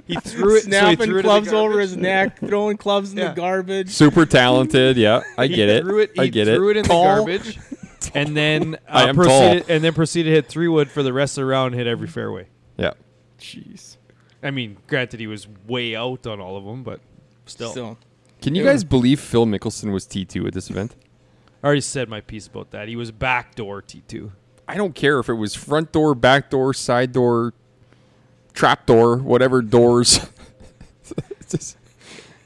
He threw it. so he Snapping threw it clubs in the over garbage. his neck, throwing clubs in Yeah. the garbage. Super talented. Yeah, I He get it. Threw it I he get threw it, it. in Tall. the garbage, and then I uh, am proceeded and then proceeded to hit three wood for the rest of the round. Hit every fairway. Yeah. Jeez. I mean, granted, he was way out on all of them, but still. Still, Can you Yeah. guys believe Phil Mickelson was T two at this event? I already said my piece about that. He was backdoor T two. I don't care if it was front door, back door, side door, trap door, whatever doors. It's just-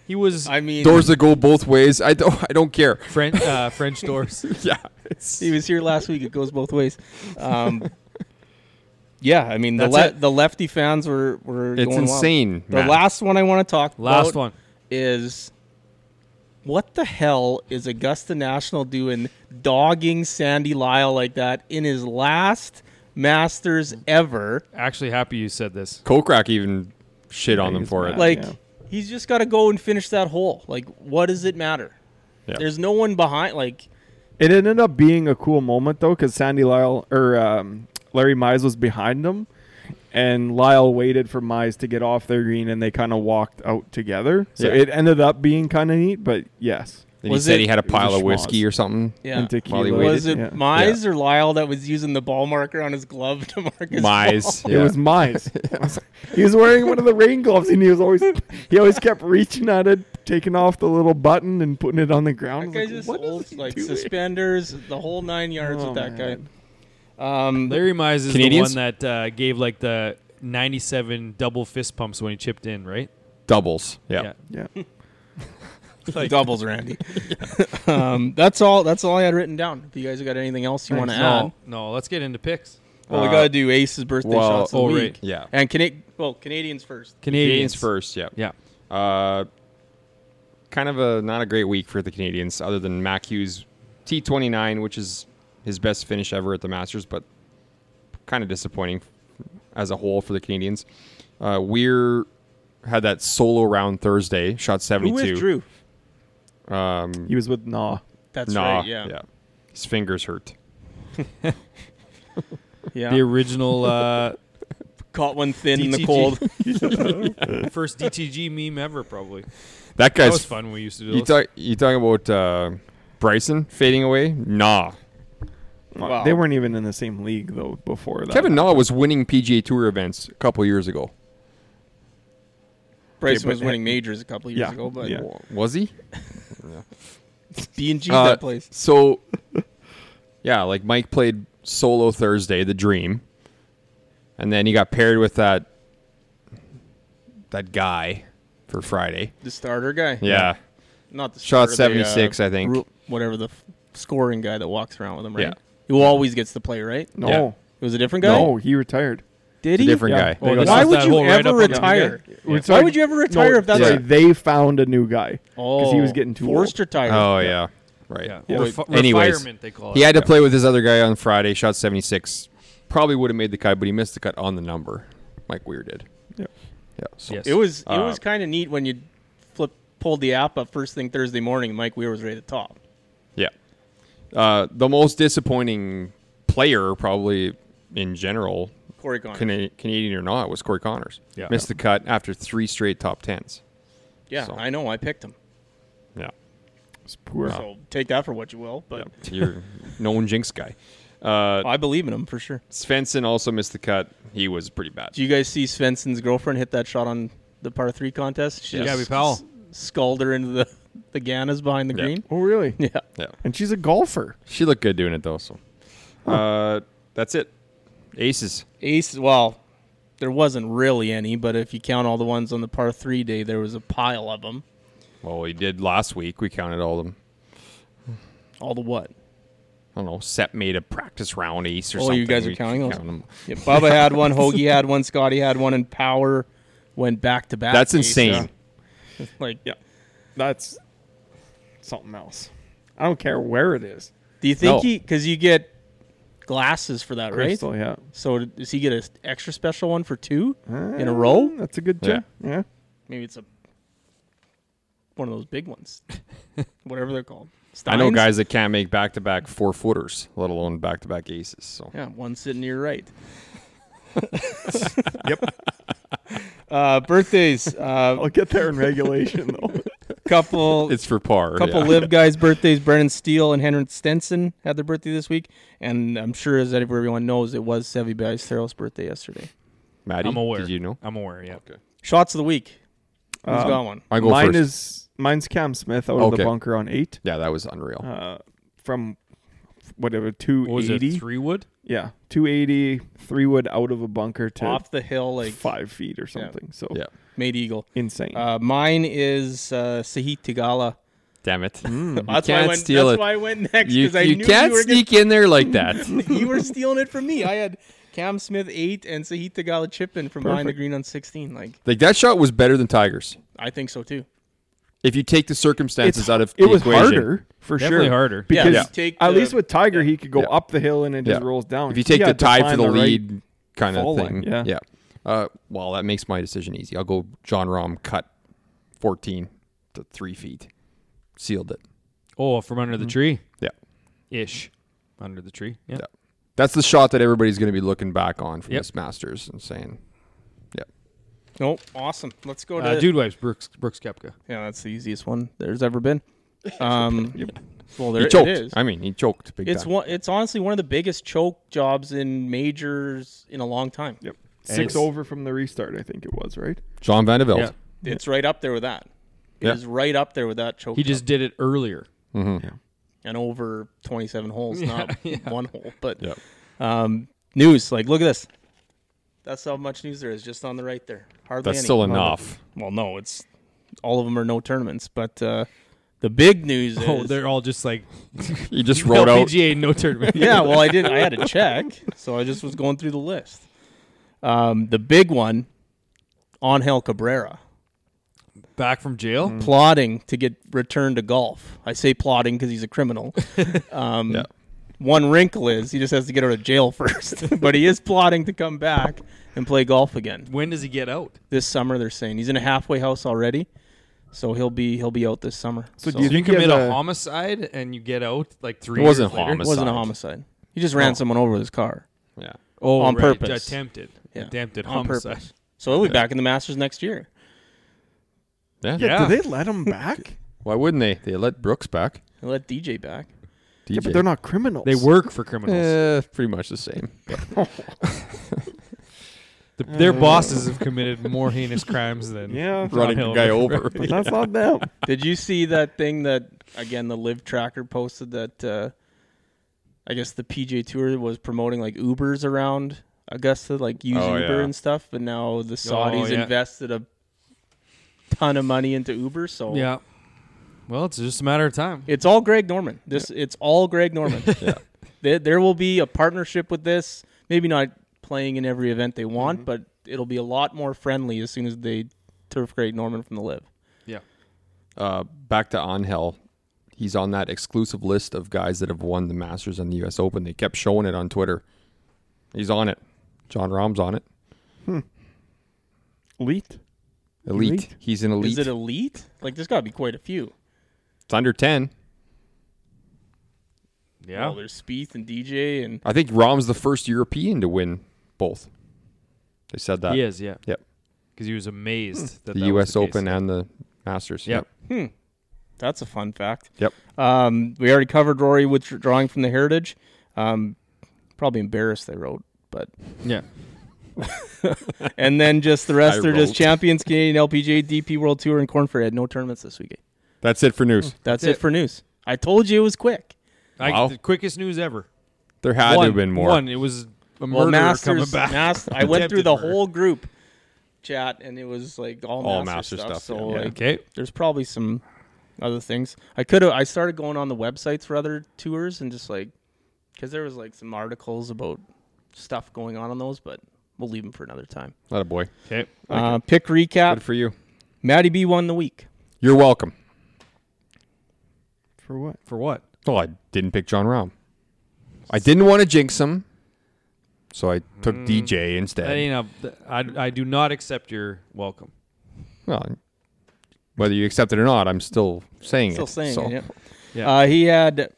He was I mean, doors that go both ways. I don't. I don't care. French uh, French doors. Yeah. It's, He was here last week. It goes both ways. Um, yeah, I mean the That's le- it. the lefty fans were were. it's going wild. insane. The man. last one I want to talk Last about one. is what the hell is Augusta National doing dogging Sandy Lyle like that in his last Masters ever? Actually, happy you said this. Coke Rack even shit on them he's for mad. it. Like Yeah. he's just got to go and finish that hole. Like what does it matter? Yeah. There's no one behind. Like It ended up being a cool moment though, because Sandy Lyle or um, Larry Mize was behind him, and Lyle waited for Mize to get off their green, and they kind of walked out together. So Yeah. it ended up being kind of neat, but yes, Then he Was said it- he had a was pile a of whiskey schmoz. or something. yeah. and tequila. While he waited. Was it Yeah. Mize or Lyle that was using the ball marker on his glove to mark his ball? Mize. Yeah. It was Mize. he was wearing one of the rain gloves, and he was always he always kept reaching at it, taking off the little button and putting it on the ground. That guy's I was just like, "What is old, he like doing?" suspenders, the whole nine yards Oh, with that man. guy. Um, Larry Mize is Canadians? the one that uh, gave like the 97 double fist pumps when he chipped in, right? doubles. Yeah. Yeah. Like- doubles, Randy. um, that's all. That's all I had written down. If you guys have got anything else you want to add, No, no. Let's get into picks. well, we Uh, got to do Ace's birthday well, shots of the oh, week, right. Yeah. and Cana- well, Canadians first. Canadians. Canadians first. Yeah. Yeah. Uh, kind of a not a great week for the Canadians, other than Mac Hughes T twenty nine, which is his best finish ever at the Masters, but kind of disappointing as a whole for the Canadians. Uh, Weir had that solo round Thursday, shot Who 72. withdrew? Um, He was with Nah. That's nah, right. Yeah. yeah. His fingers hurt. Yeah. The original uh, Caught one thin in the DTG. cold. first DTG meme ever, probably. That That guy's was fun. We used to do. You those. talk, you talking about uh, Bryson fading away? Nah. Wow. They weren't even in the same league though before that. Kevin Nah was winning PGA Tour events a couple years ago. Bryson but- was winning majors a couple years Yeah, ago, but yeah. W- Was he? B and G Uh, that place. So, yeah, like Mike played solo Thursday, the Dream, and then he got paired with that that guy for Friday. The starter guy. Yeah, Not the Shot starter, the, 76, I think. whatever the f- scoring guy that walks around with him, right? Yeah. Who always gets to play, right? No, Yeah. It was a different guy. no, he retired. Did It's a he? different Yeah. guy. They Oh, got- this Why is would that you whole ever write-up on the retire? guy. Why Why would you ever retire if that's sorry, like- they found a new guy? Oh, he was getting too old. forced retired. Oh yeah, right. Yeah. Yeah. Refi- Anyways. retirement, they call it. He had to play with his other guy on Friday. Shot seventy six. Probably would have made the cut, but he missed the cut on the number. Mike Weir did. Yeah. Yeah. So Yes. It was it Uh, was kind of neat when you flip pulled the app up first thing Thursday morning. and Mike Weir was right at the top. Yeah. Uh, the most disappointing player, probably in general, Corey Connors. Cana- Canadian or not, was Corey Connors. Yeah. Missed the cut after three straight top tens. yeah, so- I know. I picked him. Yeah. It's poor. So take that for what you will, but You're known jinx guy. Uh, I believe in him for sure. Svensson also missed the cut. He was pretty bad. Do you guys see Svensson's girlfriend hit that shot on the par three contest? She Yes. just Gabby Powell. s- sculled her into the the Gannas behind the Yeah. green. Oh really? Yeah, Yeah. And she's a golfer. She looked good doing it, though. So uh, that's it. Aces. ace. Well, there wasn't really any, but if you count all the ones on the par three day, there was a pile of them. Well, we did last week. We counted all of them. All the what? I don't know. Sep made a practice round ace or Oh, something. you guys are We counting those? counted them. Yeah, Bubba had one, Hoagie had one, Scotty had one, and Power went back to back. That's days, insane. yeah. Like, Yeah. That's something else. I don't care where it is. do you think No. he? Because you get glasses for that, right? Crystal, yeah. So d- does he get an extra special one for two in a Uh, row? That's a good Yeah. tip. Yeah. Maybe it's a one of those big ones, whatever they're called. I know Steins? guys that can't make back to back four footers, let alone back to back aces. So Yeah, one sitting to your right. yep. Uh, birthdays. Uh, I'll get there in regulation though. couple. it's for par. couple yeah. live guys' birthdays. Brennan Steele and Henrik Stenson had their birthday this week, and I'm sure as everyone knows, it was Sevi Ballesteros' birthday yesterday. Maddie, I'm aware. Did you know? I'm aware. Yeah. Shots of the week. Who's Um, got one? I go Mine first. is mine's Cam Smith out of Okay. the bunker on eight. yeah, that was unreal. Uh, from whatever What was it? 280 Three wood. yeah 280 three wood out of a bunker to Off the hill, like five feet or something so yeah, made eagle. insane Uh, mine is uh, Sahit Tagala. damn it. That's why I can't went. steal that's it. why I went next you because I you knew can't you were sneak in there like that. Gonna, you were stealing it from me. I had Cam Smith eight and Sahit Tagala chipping from behind the Perfect. green on 16. Like like that shot was better than Tigers. I think so too. If you take the circumstances out of it the was equation, harder for Definitely sure harder. because Yeah, you take at the- least with tiger he could go Yeah. up the hill and it just Yeah. rolls down if you take He the had to tie for find the, right- lead kind fall of line, thing, yeah. yeah. Uh, well, that makes my decision easy. I'll go John Rom cut fourteen to three feet, sealed it. Oh, from under Mm-hmm. the tree. Yeah. Ish. Under the tree. Yeah. Uh, Yeah. That's the shot that everybody's going to be looking back on from Yep. this Masters and saying, Nope. Awesome. Let's go to Uh, dude wipes Brooks Brooks Kepka. Yeah, that's the easiest one there's ever been. Um, Well, there he it choked. is. I mean, he choked big It's time. one. It's honestly one of the biggest choke jobs in majors in a long time. yep And six it's- over from the restart i think it was right John Vandeveld. Yeah. It's right up there with that. It is Yeah. right up there with that choke. He just did it earlier. job. and over 27 holes, not one hole. But Yep. um, news, like look at this. That's how much news there is, just on the right there. Hardly That's any. still enough. well, no, it's all of them are no tournaments. But uh, the big news Oh, is they're all just like He just rolled out. LPGA no tournament. yeah, well, I did. I had to check, so I just was going through the list. Um, the big one, Angel Cabrera, Back from jail. Mm. plotting to get returned to golf. I say plotting because he's a criminal. Um, Yeah. one wrinkle is he just has to get out of jail first. but he is plotting to come back and play golf again When does he get out? this summer. They're saying he's in a halfway house already, so he'll be he'll be out this summer. So do So You you, think he has commit a, a- homicide and you get out like three. It wasn't years later? homicide. it wasn't a homicide. He just ran Oh. someone over with his car Yeah. Oh, on right. purpose. Attempted. Yeah. Attempted on homicide. purpose. So he'll be back in the Masters next year. Yeah. Yeah. Do they let him back? Why wouldn't they? They let Brooks back. He'll let DJ back. DJ. yeah, but they're not criminals. They work for criminals. Eh, pretty much the same. The, their bosses have committed more heinous crimes than Yeah. John Running the Hill. guy over. But that's not them. Did you see that thing that again the Live Tracker posted that uh, I guess the PJ Tour was promoting like Ubers around Augusta, like use Oh, Uber yeah. Oh, and stuff, but now the Saudis yeah. invested a ton of money into Uber, so Yeah. Well, it's just a matter of time. it's all Greg Norman. This it's all Greg Norman. there, there will be a partnership with this. Maybe not playing in every event they want, Mm-hmm. but it'll be a lot more friendly as soon as they turf Greg Norman from the Live. Yeah. uh, back to Angel. He's on that exclusive list of guys that have won the Masters and the U.S. Open. They kept showing it on Twitter. He's on it. John Rahm's on it. Elite. Elite. Elite? He's an elite. Is it elite? Like there's got to be quite a few. it's under ten. Yeah. Well, there's Spieth and DJ and I think Rahm's the first European to win both. They said that he is. Yeah. Yep. Because he was amazed that that the was U.S. the case. Open and the Masters. Yep. that's a fun fact. Yep. Um, we already covered Rory withdrawing from the Heritage. Um, probably embarrassed they wrote, but Yeah. and then just the rest I are just wrote. champions, Canadian LPGA, DP World Tour, and Corn Ferry had no tournaments this weekend. That's it for news. That's That's it. it. for news. I told you it was quick. I, Wow. The quickest news ever. There had to one, have been more. One. It was a murderer Well, coming Masters. back. Mas- I went through Attempted the murder. whole group chat, and it was like all, All master, Masters stuff. stuff, So yeah. like, Okay. there's probably some other things i could have i started going on the websites for other tours and just like because there was like some articles about stuff going on on those but we'll leave them for another time Not a boy. Okay. uh, pick recap Good for you. maddie b won the week You're welcome. For what? For what? Well, I didn't pick John Rahm. I didn't want to jinx him, so I took Hmm. DJ That instead. ain't a, th- I, I do not accept your welcome. Well, whether you accept it or not, I'm still saying still it. saying so. it yeah. Yeah. Uh, he had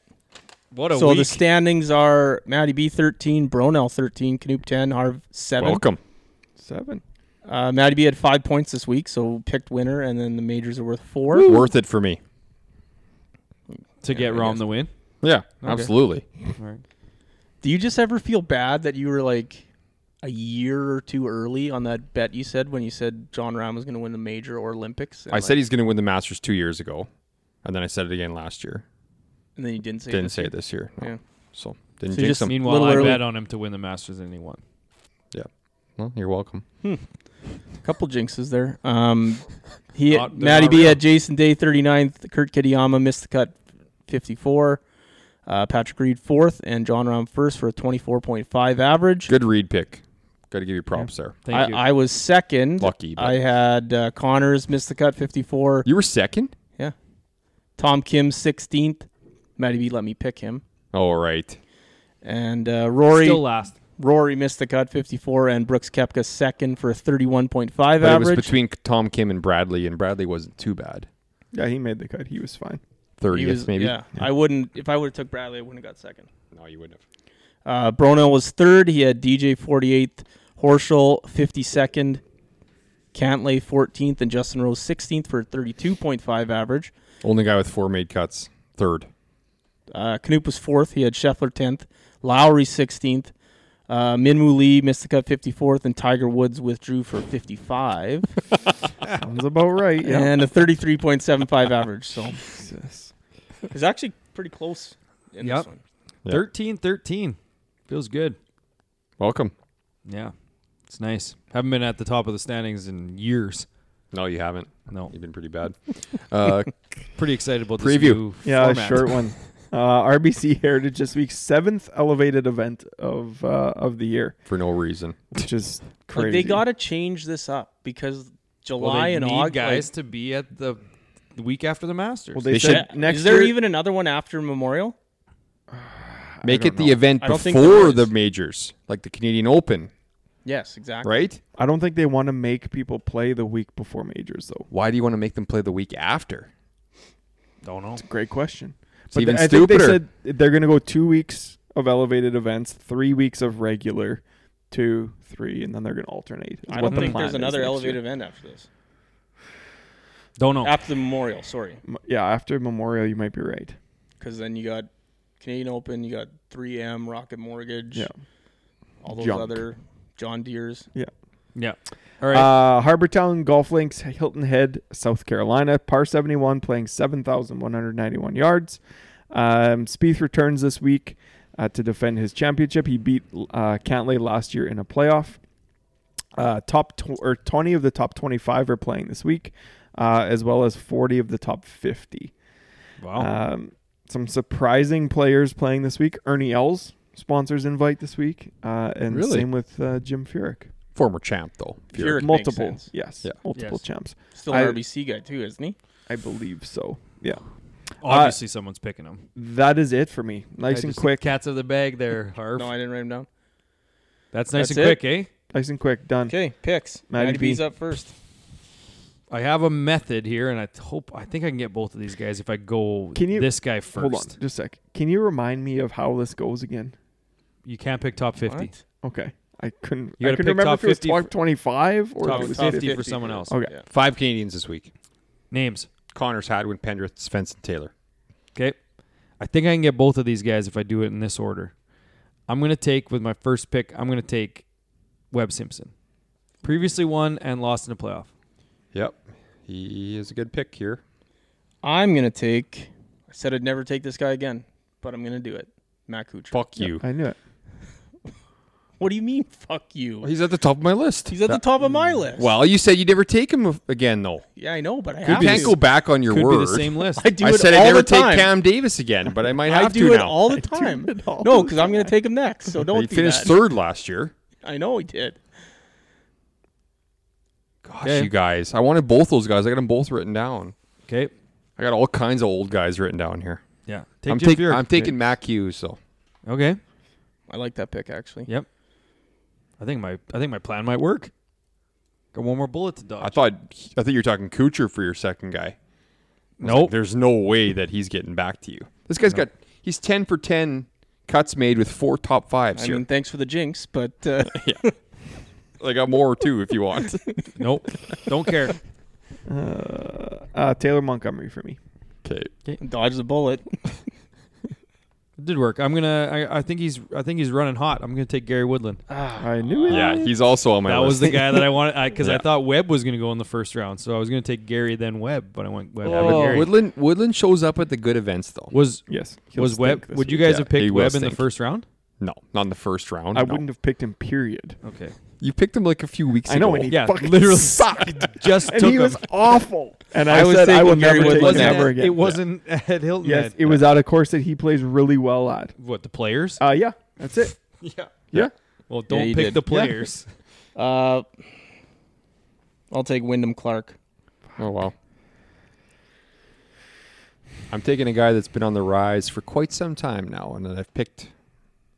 What a so week. the standings are maddie b 13 bronell 13 canoop 10 harv 7 Welcome. Seven. uh, maddie b had five points this week so picked winner and then the majors are worth four Worth it for me. to get I Rom guess. the win. Yeah, absolutely. Do you just ever feel bad that you were like a year or two early on that bet you said when you said John Rahm was going to win the major or Olympics? And I like- said he's going to win the Masters two years ago, and then I said it again last year. and then you didn't say Didn't this say year. it this year. no. Yeah. So didn't So you jinx just him. Meanwhile, Little I early. bet on him to win the Masters and he won. Well, you're welcome. A couple jinxes there. Um, he Not- they're Matty not B real. had Jason Day 39th, Kurt Kitayama missed the cut 54, uh, Patrick Reed fourth, and John Rahm first for a 24.5 average. Good read pick. Got to give you props there. Thank you. I, I was second. Lucky, but- I had uh, Connors missed the cut 54. You were second. Tom Kim 16th. Matty B let me pick him. All right. And uh, Rory Still last. Rory missed the cut 54 and Brooks Kepka second for a 31.5 But it was average. between Tom Kim and Bradley, and Bradley wasn't too bad. Yeah, he made the cut. He was fine. He Thirtieth, was- maybe. Yeah, I wouldn't if I would have took Bradley I wouldn't have got second. No, you wouldn't have. Uh Brono was third, he had DJ 48th, Horschel 52nd, Cantley 14th and Justin Rose 16th for a 32.5 average. Only guy with four made cuts. Third. Uh Knoop was fourth, he had Scheffler 10th, Lowry 16th. Uh, Minwoo Lee missed the cut 54th, and Tiger Woods withdrew for 55 Sounds about right. Yeah. and a 33.75 average. So Jesus. It's actually pretty close in Yep. this one. Yeah. 13 13. Feels good. Welcome. Yeah. It's nice. Haven't been at the top of the standings in years. No, you haven't. No. You've been pretty bad. Uh, Pretty excited about Preview. this new Yeah, format. short one. Uh, RBC Heritage this week's seventh elevated event of uh, of the year, for no reason. which is crazy. Like they got to change this up because Well, July they and need August. guys to be at the the week after the Masters. Well, they, They said should- next is there year- even another one after Memorial? I Make don't it the know. event I don't think there before is. the majors, like the Canadian Open, Yes, exactly. right? I don't think they want to make people play the week before majors, though. Why do you want to make them play the week after? Don't know. Great question. It's even th- I think they stupider. said they're going to go two weeks of elevated events, three weeks of regular, two, three, and then they're going to alternate. is I what don't the think plan there's is another next elevated year. event after this. Don't know. After the memorial, sorry, M- Yeah, after Memorial, you might be right. because then you got Canadian Open, you got 3M, Rocket Mortgage, Yeah. all those Junk. other John Deere's. Yeah. All right. Uh, Harbortown Golf Links, Hilton Head, South Carolina, par 71, playing 7,191 yards. Um, Spieth returns this week uh, to defend his championship. He beat uh, Cantley last year in a playoff. Uh, top tw- or 20 of the top 25 are playing this week, uh, as well as 40 of the top 50. wow. Um, some surprising players playing this week. Ernie Els sponsors invite this week, uh, and Really? same with uh, Jim Furyk. Former champ though. Furyk makes multiple, sense. yes, Yeah. multiple Yes. champs. Still an I- RBC guy too, isn't he? I believe so. Yeah. Obviously, someone's picking them. That is it for me. Nice and quick. Cats of the bag there, Harv. No, I didn't write him down. that's nice That's and it? quick, eh? Nice and quick. Done. Okay, picks. Matty Matty B. B's up first. I have a method here, and I hope I think I can get both of these guys if I go Can you- this guy first. Hold on just a sec. Can you remind me of how this goes again? You can't pick top fifty. What? Okay. I couldn't You gotta I couldn't pick remember top if it was 50 for- top 25 or Top if it was 50 50. for someone else. Okay. Oh, Yeah. Five Canadians this week: Names. Connors, Hadwin, Pendrith, Svensson, Taylor. Okay. I think I can get both of these guys if I do it in this order. I'm gonna take with my first pick. I'm gonna take Webb Simpson. Previously won and lost in a playoff. Yep, he is a good pick here. I'm gonna take. I said I'd never take this guy again, but I'm gonna do it. Matt Kuchar. Fuck you. I knew it. What do you mean? Fuck you. He's at the top of my list. He's at the top of my list. Well, you said you'd never take him again, though. yeah, I know, but I You have can't to. go back on your Could word. be the same list. I do I it said all I'd never the time. take Cam Davis again, but I might I have do to it now. all the do time. it all no, the because I'm going to take him next. So don't he do finished that. third last year. I know he did. Gosh, Okay. you guys, I wanted both those guys. I got them both written down. Okay. I got all kinds of old guys written down here. Yeah. Take I'm, Jim taking Furyk. I'm taking Mac Hughes. So Okay. I like that pick actually. Yep. I think my I think my plan might work. Got one more bullet to dodge. I thought I think you're talking Kucher for your second guy. nope. There's no way that he's getting back to you. This guy's got he's ten for ten cuts made with four top fives I here. mean, thanks for the jinx, but uh, I got uh, more too if you want. Nope. Don't care. Uh, uh, Taylor Montgomery for me. okay. dodge the bullet. It did work. I'm gonna. I, I think he's. I think he's running hot. I'm gonna take Gary Woodland. I knew it. Yeah, he's also on my that was list. the guy that I wanted because I, Yeah. thought Webb was gonna go in the first round, so I was gonna take Gary then Webb, but I went Webb. Yeah, but Oh. Gary- Woodland Woodland shows up at the good events though. was Yes. He'll was stink Webb? this Would you week. guys Yeah, have he picked will Webb in the stink. first round? No, not in the first round. I no. wouldn't have picked him, period. Okay. You picked him like a few weeks I know, ago. and he Yeah, fucking literally. sucked. Just and took he was him. awful. And I, I was said I thinking will Gary never take him Woodland. ever at- again. It wasn't at Hilton. Yes, Head. it was at a course that he plays really well at. What the players? Uh, yeah, that's it. yeah. Yeah. Well, don't you pick did. the Yeah. players. Uh, I'll take Wyndham Clark. Oh wow. I'm taking a guy that's been on the rise for quite some time now, and that I've picked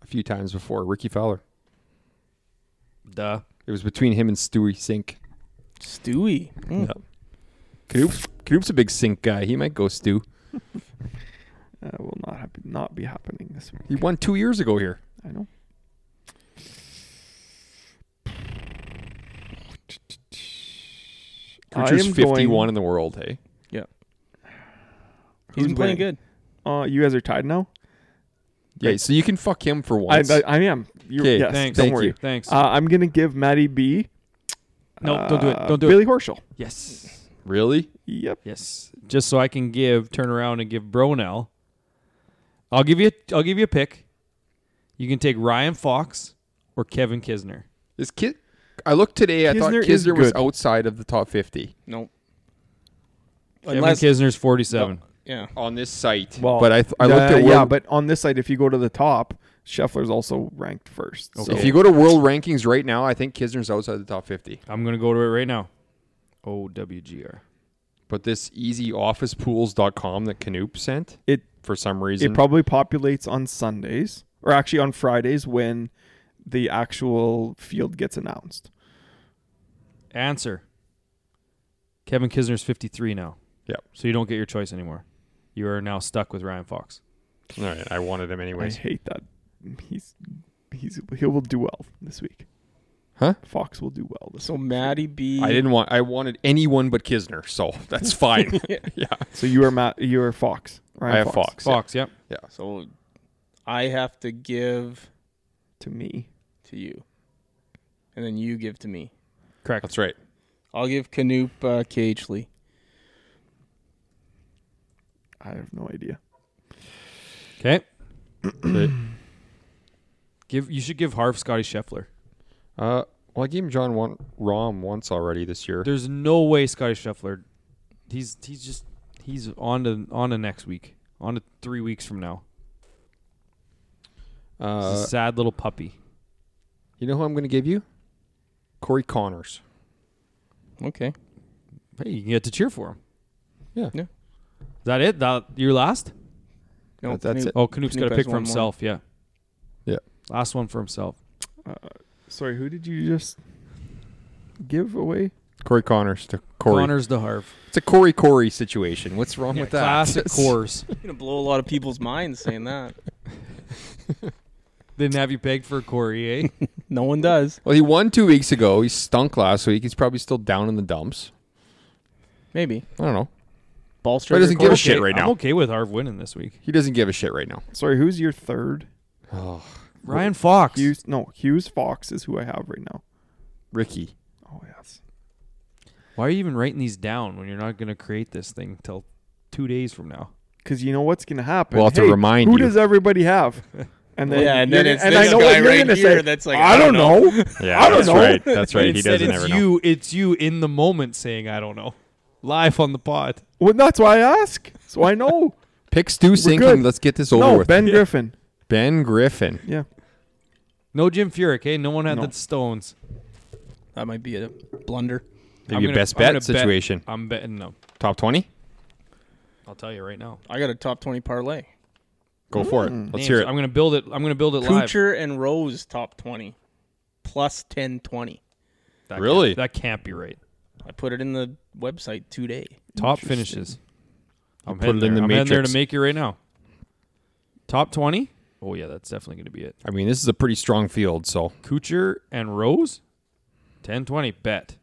a few times before. Ricky Fowler. Duh. It was between him and Stewie Sink. Stewie. Mm. Yep. Knoop, Knoop's a big Sink guy. He might go Stew. Uh, will not hap- not be happening this week. He won two years ago here. I know. I Kuchar's am 51 going- in the world. Hey, He's Who's been playing winning? good. Uh, you guys are tied now. yeah. So you can fuck him for I, once. I, I am. You're, 'Kay, yes, Thanks. don't thank worry. you. Thanks. Uh, I'm gonna give Maddie B. No, don't do it. uh, Don't do Billy Horschel. it. Yes. really? Yep. Yes. Just so I can give turn around and give Bronell. I'll give you. I'll give you a pick. You can take Ryan Fox or Kevin Kisner. Is Kid? I looked today. I thought Kisner is Kisner was good. outside of the top 50 No. Unless- Kevin Kisner's 47. yeah. on this site. Well, but I, th- I looked uh, at world, yeah, but on this side, if you go to the top, Scheffler's also ranked first. So If you go to world rankings right now, I think Kisner's outside the top 50. I'm gonna go to it right now. OWGR. But this easyofficepools.com that Canoop sent it for some reason. it probably populates on Sundays. or actually on Fridays when the actual field gets announced. Answer. Kevin Kisner's 53 now. Yep. So you don't get your choice anymore. You are now stuck with Ryan Fox. All right, I wanted him I anyways. hate that. He's he's he will do well this week. Huh? Fox will do well this So week. Maddie B. I didn't want. I wanted anyone but Kisner, so that's fine. Yeah. yeah, So you are Matt. You are Fox. Ryan I have Fox. Fox, yep. So I have to give to me. to you, and then you give to me. Correct. That's right. I'll give Canoop uh, Cageley. I have no idea. Okay. give you should give Harv Scotty Scheffler. Uh, well, I gave him John one, Rom once already this year. There's no way Scotty Scheffler. He's he's just he's on to on to next week. On to three weeks from now. He's Uh, a sad little puppy. you know who I'm going to give you? Corey Connors. Okay. Hey, you can get to cheer for him. Yeah. Yeah. Is that it? That your last? No, That- that's Kanoop. it. Oh, Canoop's Knoop got a has pick for one more. himself. Yeah. Yeah. Last one for himself. Uh, sorry, who did you just give away? Corey Connors to Corey. Connors the Harv. It's a Corey Corey situation. What's wrong with that? Classic cores. You're gonna blow a lot of people's minds saying that. Didn't have you pegged for Corey, eh? No one does. Well, he won two weeks ago. He stunk last week. He's probably still down in the dumps. Maybe I don't know. ball But striker. he doesn't give a Corey. shit right I'm now. okay with Harv winning this week. He doesn't give a shit right now. Sorry, who's your third? Oh, Ryan Fox. Hughes? No, Hughes Fox is who I have right now. Ricky. Oh yes. Why are you even writing these down when you're not going to create this thing till two days from now? Because you know what's going to happen. Well, to Hey, remind who you. does everybody have? And then Yeah, and you're then gonna- it's this guy right here that's like, I don't know. I don't know. That's Instead, it's you, It's you in the moment saying, I don't know. Live on the pod. well, that's why I ask. So I know. Pick Stu Sinkham. good. Let's get this over no, with. Ben Griffin. Ben Griffin. Yeah. No Jim Furyk, eh? No one had No. the stones. That might be a blunder. Maybe I'm a gonna- best I'm gonna bet situation. I'm betting no. Top 20? I'll tell you right now. I got a top twenty parlay. Go for it. Hmm. Let's hear Names. it. I'm going to build it. I'm going to build it live. Kucher and Rose top twenty, plus ten twenty. That can't- Really? that can't be right. I put it in the website today. Top finishes. I'm put heading it in there. the I'm heading there to matrix. make you right now. Top twenty. Oh yeah, that's definitely going to be it. I mean, this is a pretty strong field, so Kucher and Rose, 10 20 bet,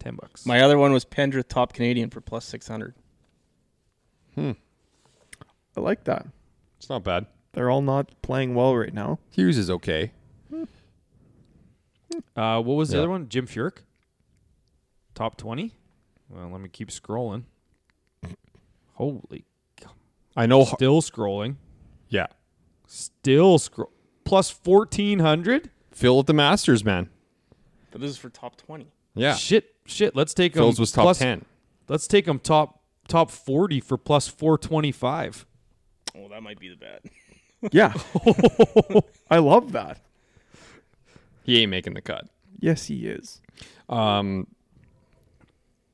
ten bucks. My other one was Pendrith top Canadian for plus six hundred. I like that. it's not bad. They're all not playing well right now. Hughes is okay. uh, what was the Yeah. other one? Jim Furyk, top twenty. Well, let me keep scrolling. Holy, I know. still scrolling, Yeah. still scroll. Plus fourteen hundred. Phil at the Masters, man. But this is for top twenty. Yeah. Shit, shit. Let's take them. Phil's was top 10. Let's take them top top forty for plus four twenty five. Oh, that might be the bet. Yeah. I love that. He ain't making the cut. Yes, he is. Um,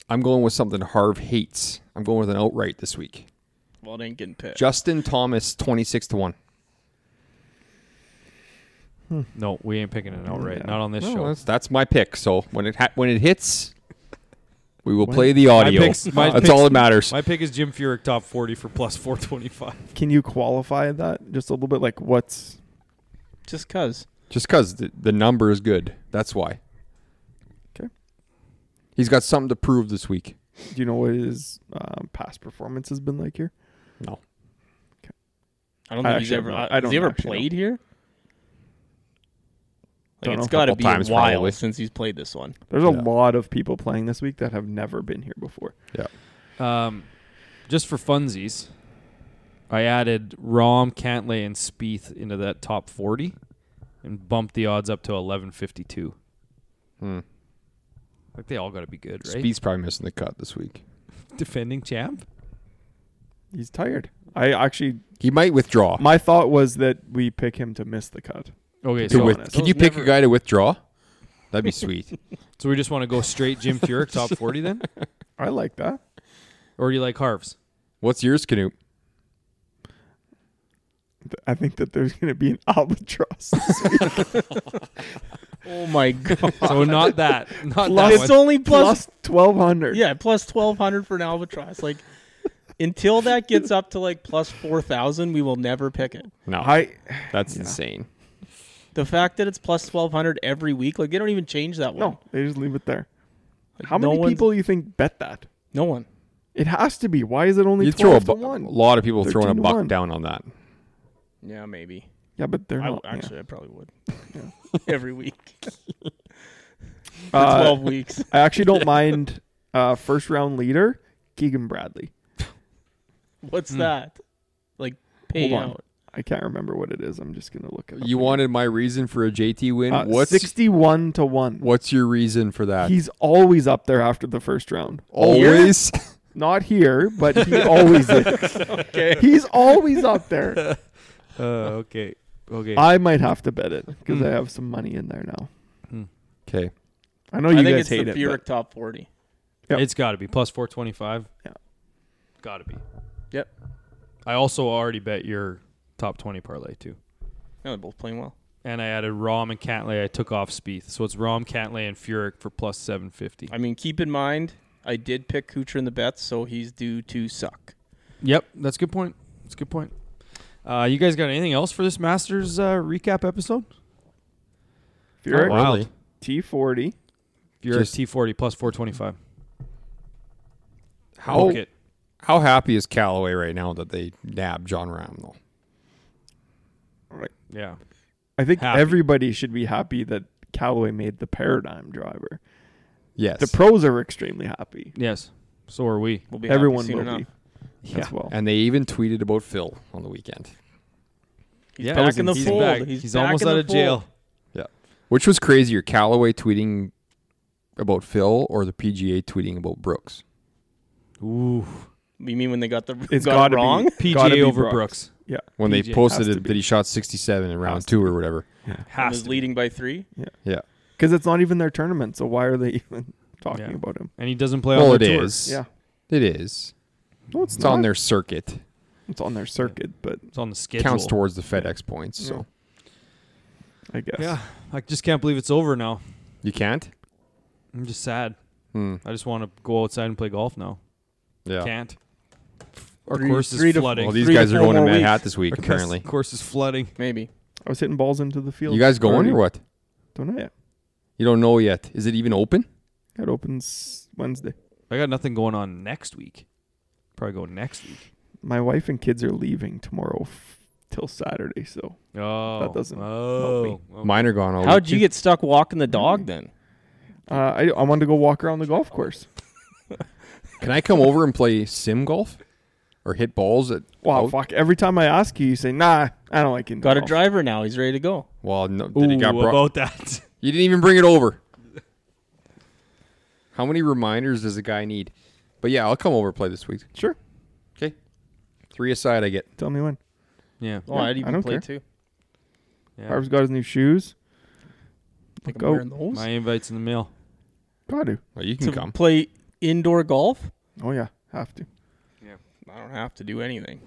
I'm going with something Harv hates. I'm going with an outright this week. Well, it ain't getting picked. Justin Thomas, 26 to 1. No, we ain't picking it outright. Yeah. Not on this Well, show. that's, that's my pick. So when it ha- when it hits, we will play the audio. picks- my that's picks- all that matters. My pick is Jim Furyk top forty for plus four twenty five. Can you qualify that just a little bit? Like, what's Just cause. Just because the, the number is good. That's why. 'Kay. He's got something to prove this week. do you know what his um, past performance has been like here? No. I don't I think he's actually ever. don't know. I, I has don't he ever actually know. played here? Don't Like know. it's got to Couple be a times, while probably. since he's played this one. There's a Yeah. lot of people playing this week that have never been here before. Um, just for funsies, I added Rom, Cantlay, and Spieth into that top forty, and bumped the odds up to eleven fifty two. Hmm. Like they all got to be good, right? Speed's probably missing the cut this week. defending champ. He's tired. I actually, He might withdraw. my thought was that we pick him to miss the cut. Okay, To so, with- honest, can those you pick never- a guy to withdraw? That'd be sweet. so we just want to go straight Jim Furyk top forty then, I like that. or do you like Harv's? What's yours, Canoe? th- I think that there's going to be an albatross. Oh my god! So not that. Not that it's one. only plus, plus twelve hundred. yeah plus twelve hundred for an albatross. Like until that gets up to like plus four thousand, we will never pick it. No, I that's yeah. insane. The fact that it's plus twelve hundred every week, like they don't even change that one. no, they just leave it there. Like, How no many one's- people do you think bet that? No one. It has to be. Why is it only You throw a, twelve bu- to a one? lot of people throwing a 13 to buck one. down on that. Yeah, maybe. Yeah, but they're I w not. yeah. actually, I probably would. every week, for Uh, twelve weeks. I actually don't mind uh, first round leader Keegan Bradley. What's Hmm. that? Like Hold on. payout. I can't remember what it is. I'm just gonna look it up. You wanted my reason for a JT win. uh, what's sixty-one to one? what's your reason for that? He's always up there after the first round. Always. Not here, but he always is. Okay. He's always up there. Uh, okay. Okay. I might have to bet it because Hmm. I have some money in there now. Okay. I know I Oh, you think guys it's hate the it. Furyk but- top forty. Yep. It's got to be plus 425. Yeah. Got to be. Yep. I also already bet your top 20 parlay too. No, they're both playing well. And I added Rom and Cantley. I took off Spieth. So it's Rom, Cantley, and Furyk for plus 750. I mean, keep in mind, I did pick Kucher in the bets, so he's due to suck. Yep. That's a good point. That's a good point. Uh, you guys got anything else for this Masters uh, recap episode? Furyk, Wow. Really? Furyk T40. Just- T40 plus 425. How Book it. how happy is Callaway right now that they nabbed John Ram though? Yeah. I think Happy. everybody should be happy that Callaway made the paradigm driver. Yes. The pros are extremely happy. Yes. So are we. We'll be happy Everyone soon will enough. be as well. and they even tweeted about Phil on the weekend, He's Yeah. back in the He's fold. back. He's, He's back almost in the out of jail. fold. which was crazier. Callaway tweeting about Phil or the PGA tweeting about Brooks. Ooh. You mean when they got the It's got gotta it be. wrong? PGA Gotta be over Brooks. Brooks. When they PGA posted has to it, be. that he shot 67 in round Has two or whatever. He Has was to. leading by three. Because it's not even their tournament, so why are they even talking Yeah. about him? And he doesn't play Well, on it the tour. is. Yeah. It is. No, it's, It's on not. their circuit. It's on their circuit, but It's on the schedule. Counts towards the FedEx points. Yeah. So I guess. Yeah. I just can't believe it's over now. you can't. I'm just sad. Hmm. I just want to go outside and play golf now. Yeah. Can't. Our Three- course three is to- flooding. Well, these Three to guys are four going to more Mad weeks. Hat this week, Our course- apparently. course is flooding. Maybe. I was hitting balls into the field. You guys going or what? Don't know yet. You don't know yet. Is it even open? It opens Wednesday. I got nothing going on next week. Probably go next week. My wife and kids are leaving tomorrow f- till Saturday, so Oh, That doesn't Oh, help okay. Mine are gone all How'd week, you too. get stuck walking the dog then? uh, I I wanted to go walk around the golf course. Can I come over and play sim golf or hit balls at? Wow, out? fuck! Every time I ask you, you say, "Nah, I don't like it." Got a driver now. He's ready to go. Well, no, did Ooh, it got brought? about that. you didn't even bring it over. How many reminders does a guy need? But yeah, I'll come over and play this week. Sure. Okay. Three aside, I get. Tell me when. yeah. Oh, Yeah, I'd I even don't play care. too. yeah. Harv's got his new shoes. I think I'm Go. wearing those. My invite's in the mail. Got to. Well, Oh, you can to come. play indoor golf. Oh yeah, have to. I don't have to do anything.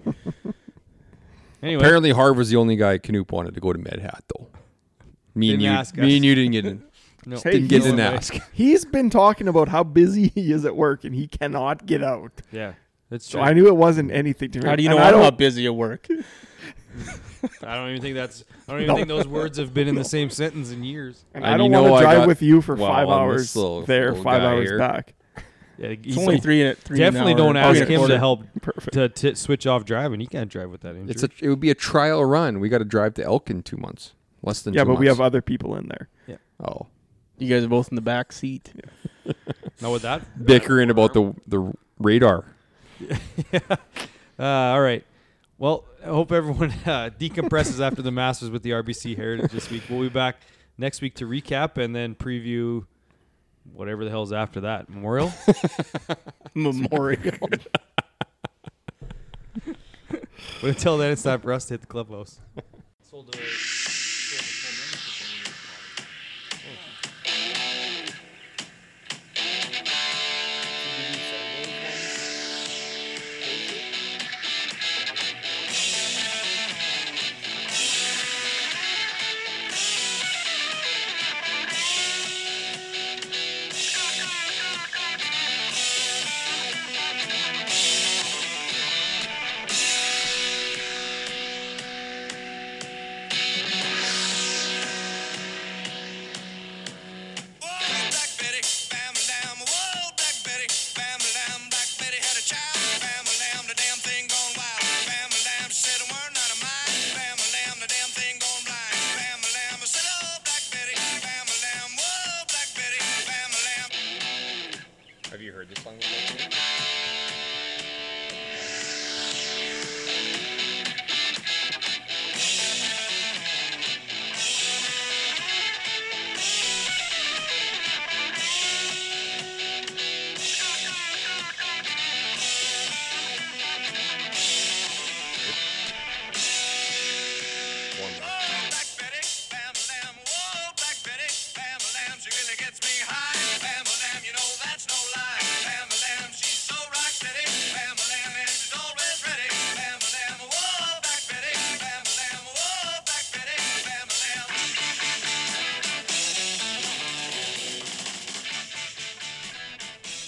Anyway, Apparently, Harv was the only guy Canoop wanted to go to Mad Hat though. Me and Didn't you, ask us. me and you didn't get in. no. Hey, Didn't get he's- an ask. He's been talking about how busy he is at work and he cannot get out. yeah, that's So true. I I, knew it wasn't anything to me. How do you know And I I'm don't- not busy at work? don't even think that's. I don't even think those words have been in the same sentence in years. And And I don't you know want I to drive got- with you for well, five on this hours little- there, little five guy hours here. back. Yeah, he's It's only like- three and three. and an Definitely don't hour, ask three and a him to quarter. help Perfect. to t- switch off driving. He can't drive with that injury. It's a, it would be a trial run. We got to drive to Elk in two months, less than Yeah, two but we have uh, months. other people in there. oh You guys are both in the back seat. Not with that. bickering about the the radar. Uh, all right. Well, I hope everyone uh, decompresses after the Masters with the RBC Heritage this week. We'll be back next week to recap and then preview whatever the hell's after that. Memorial? Memorial. but until then, it's time for us to hit the clubhouse. heard this song before?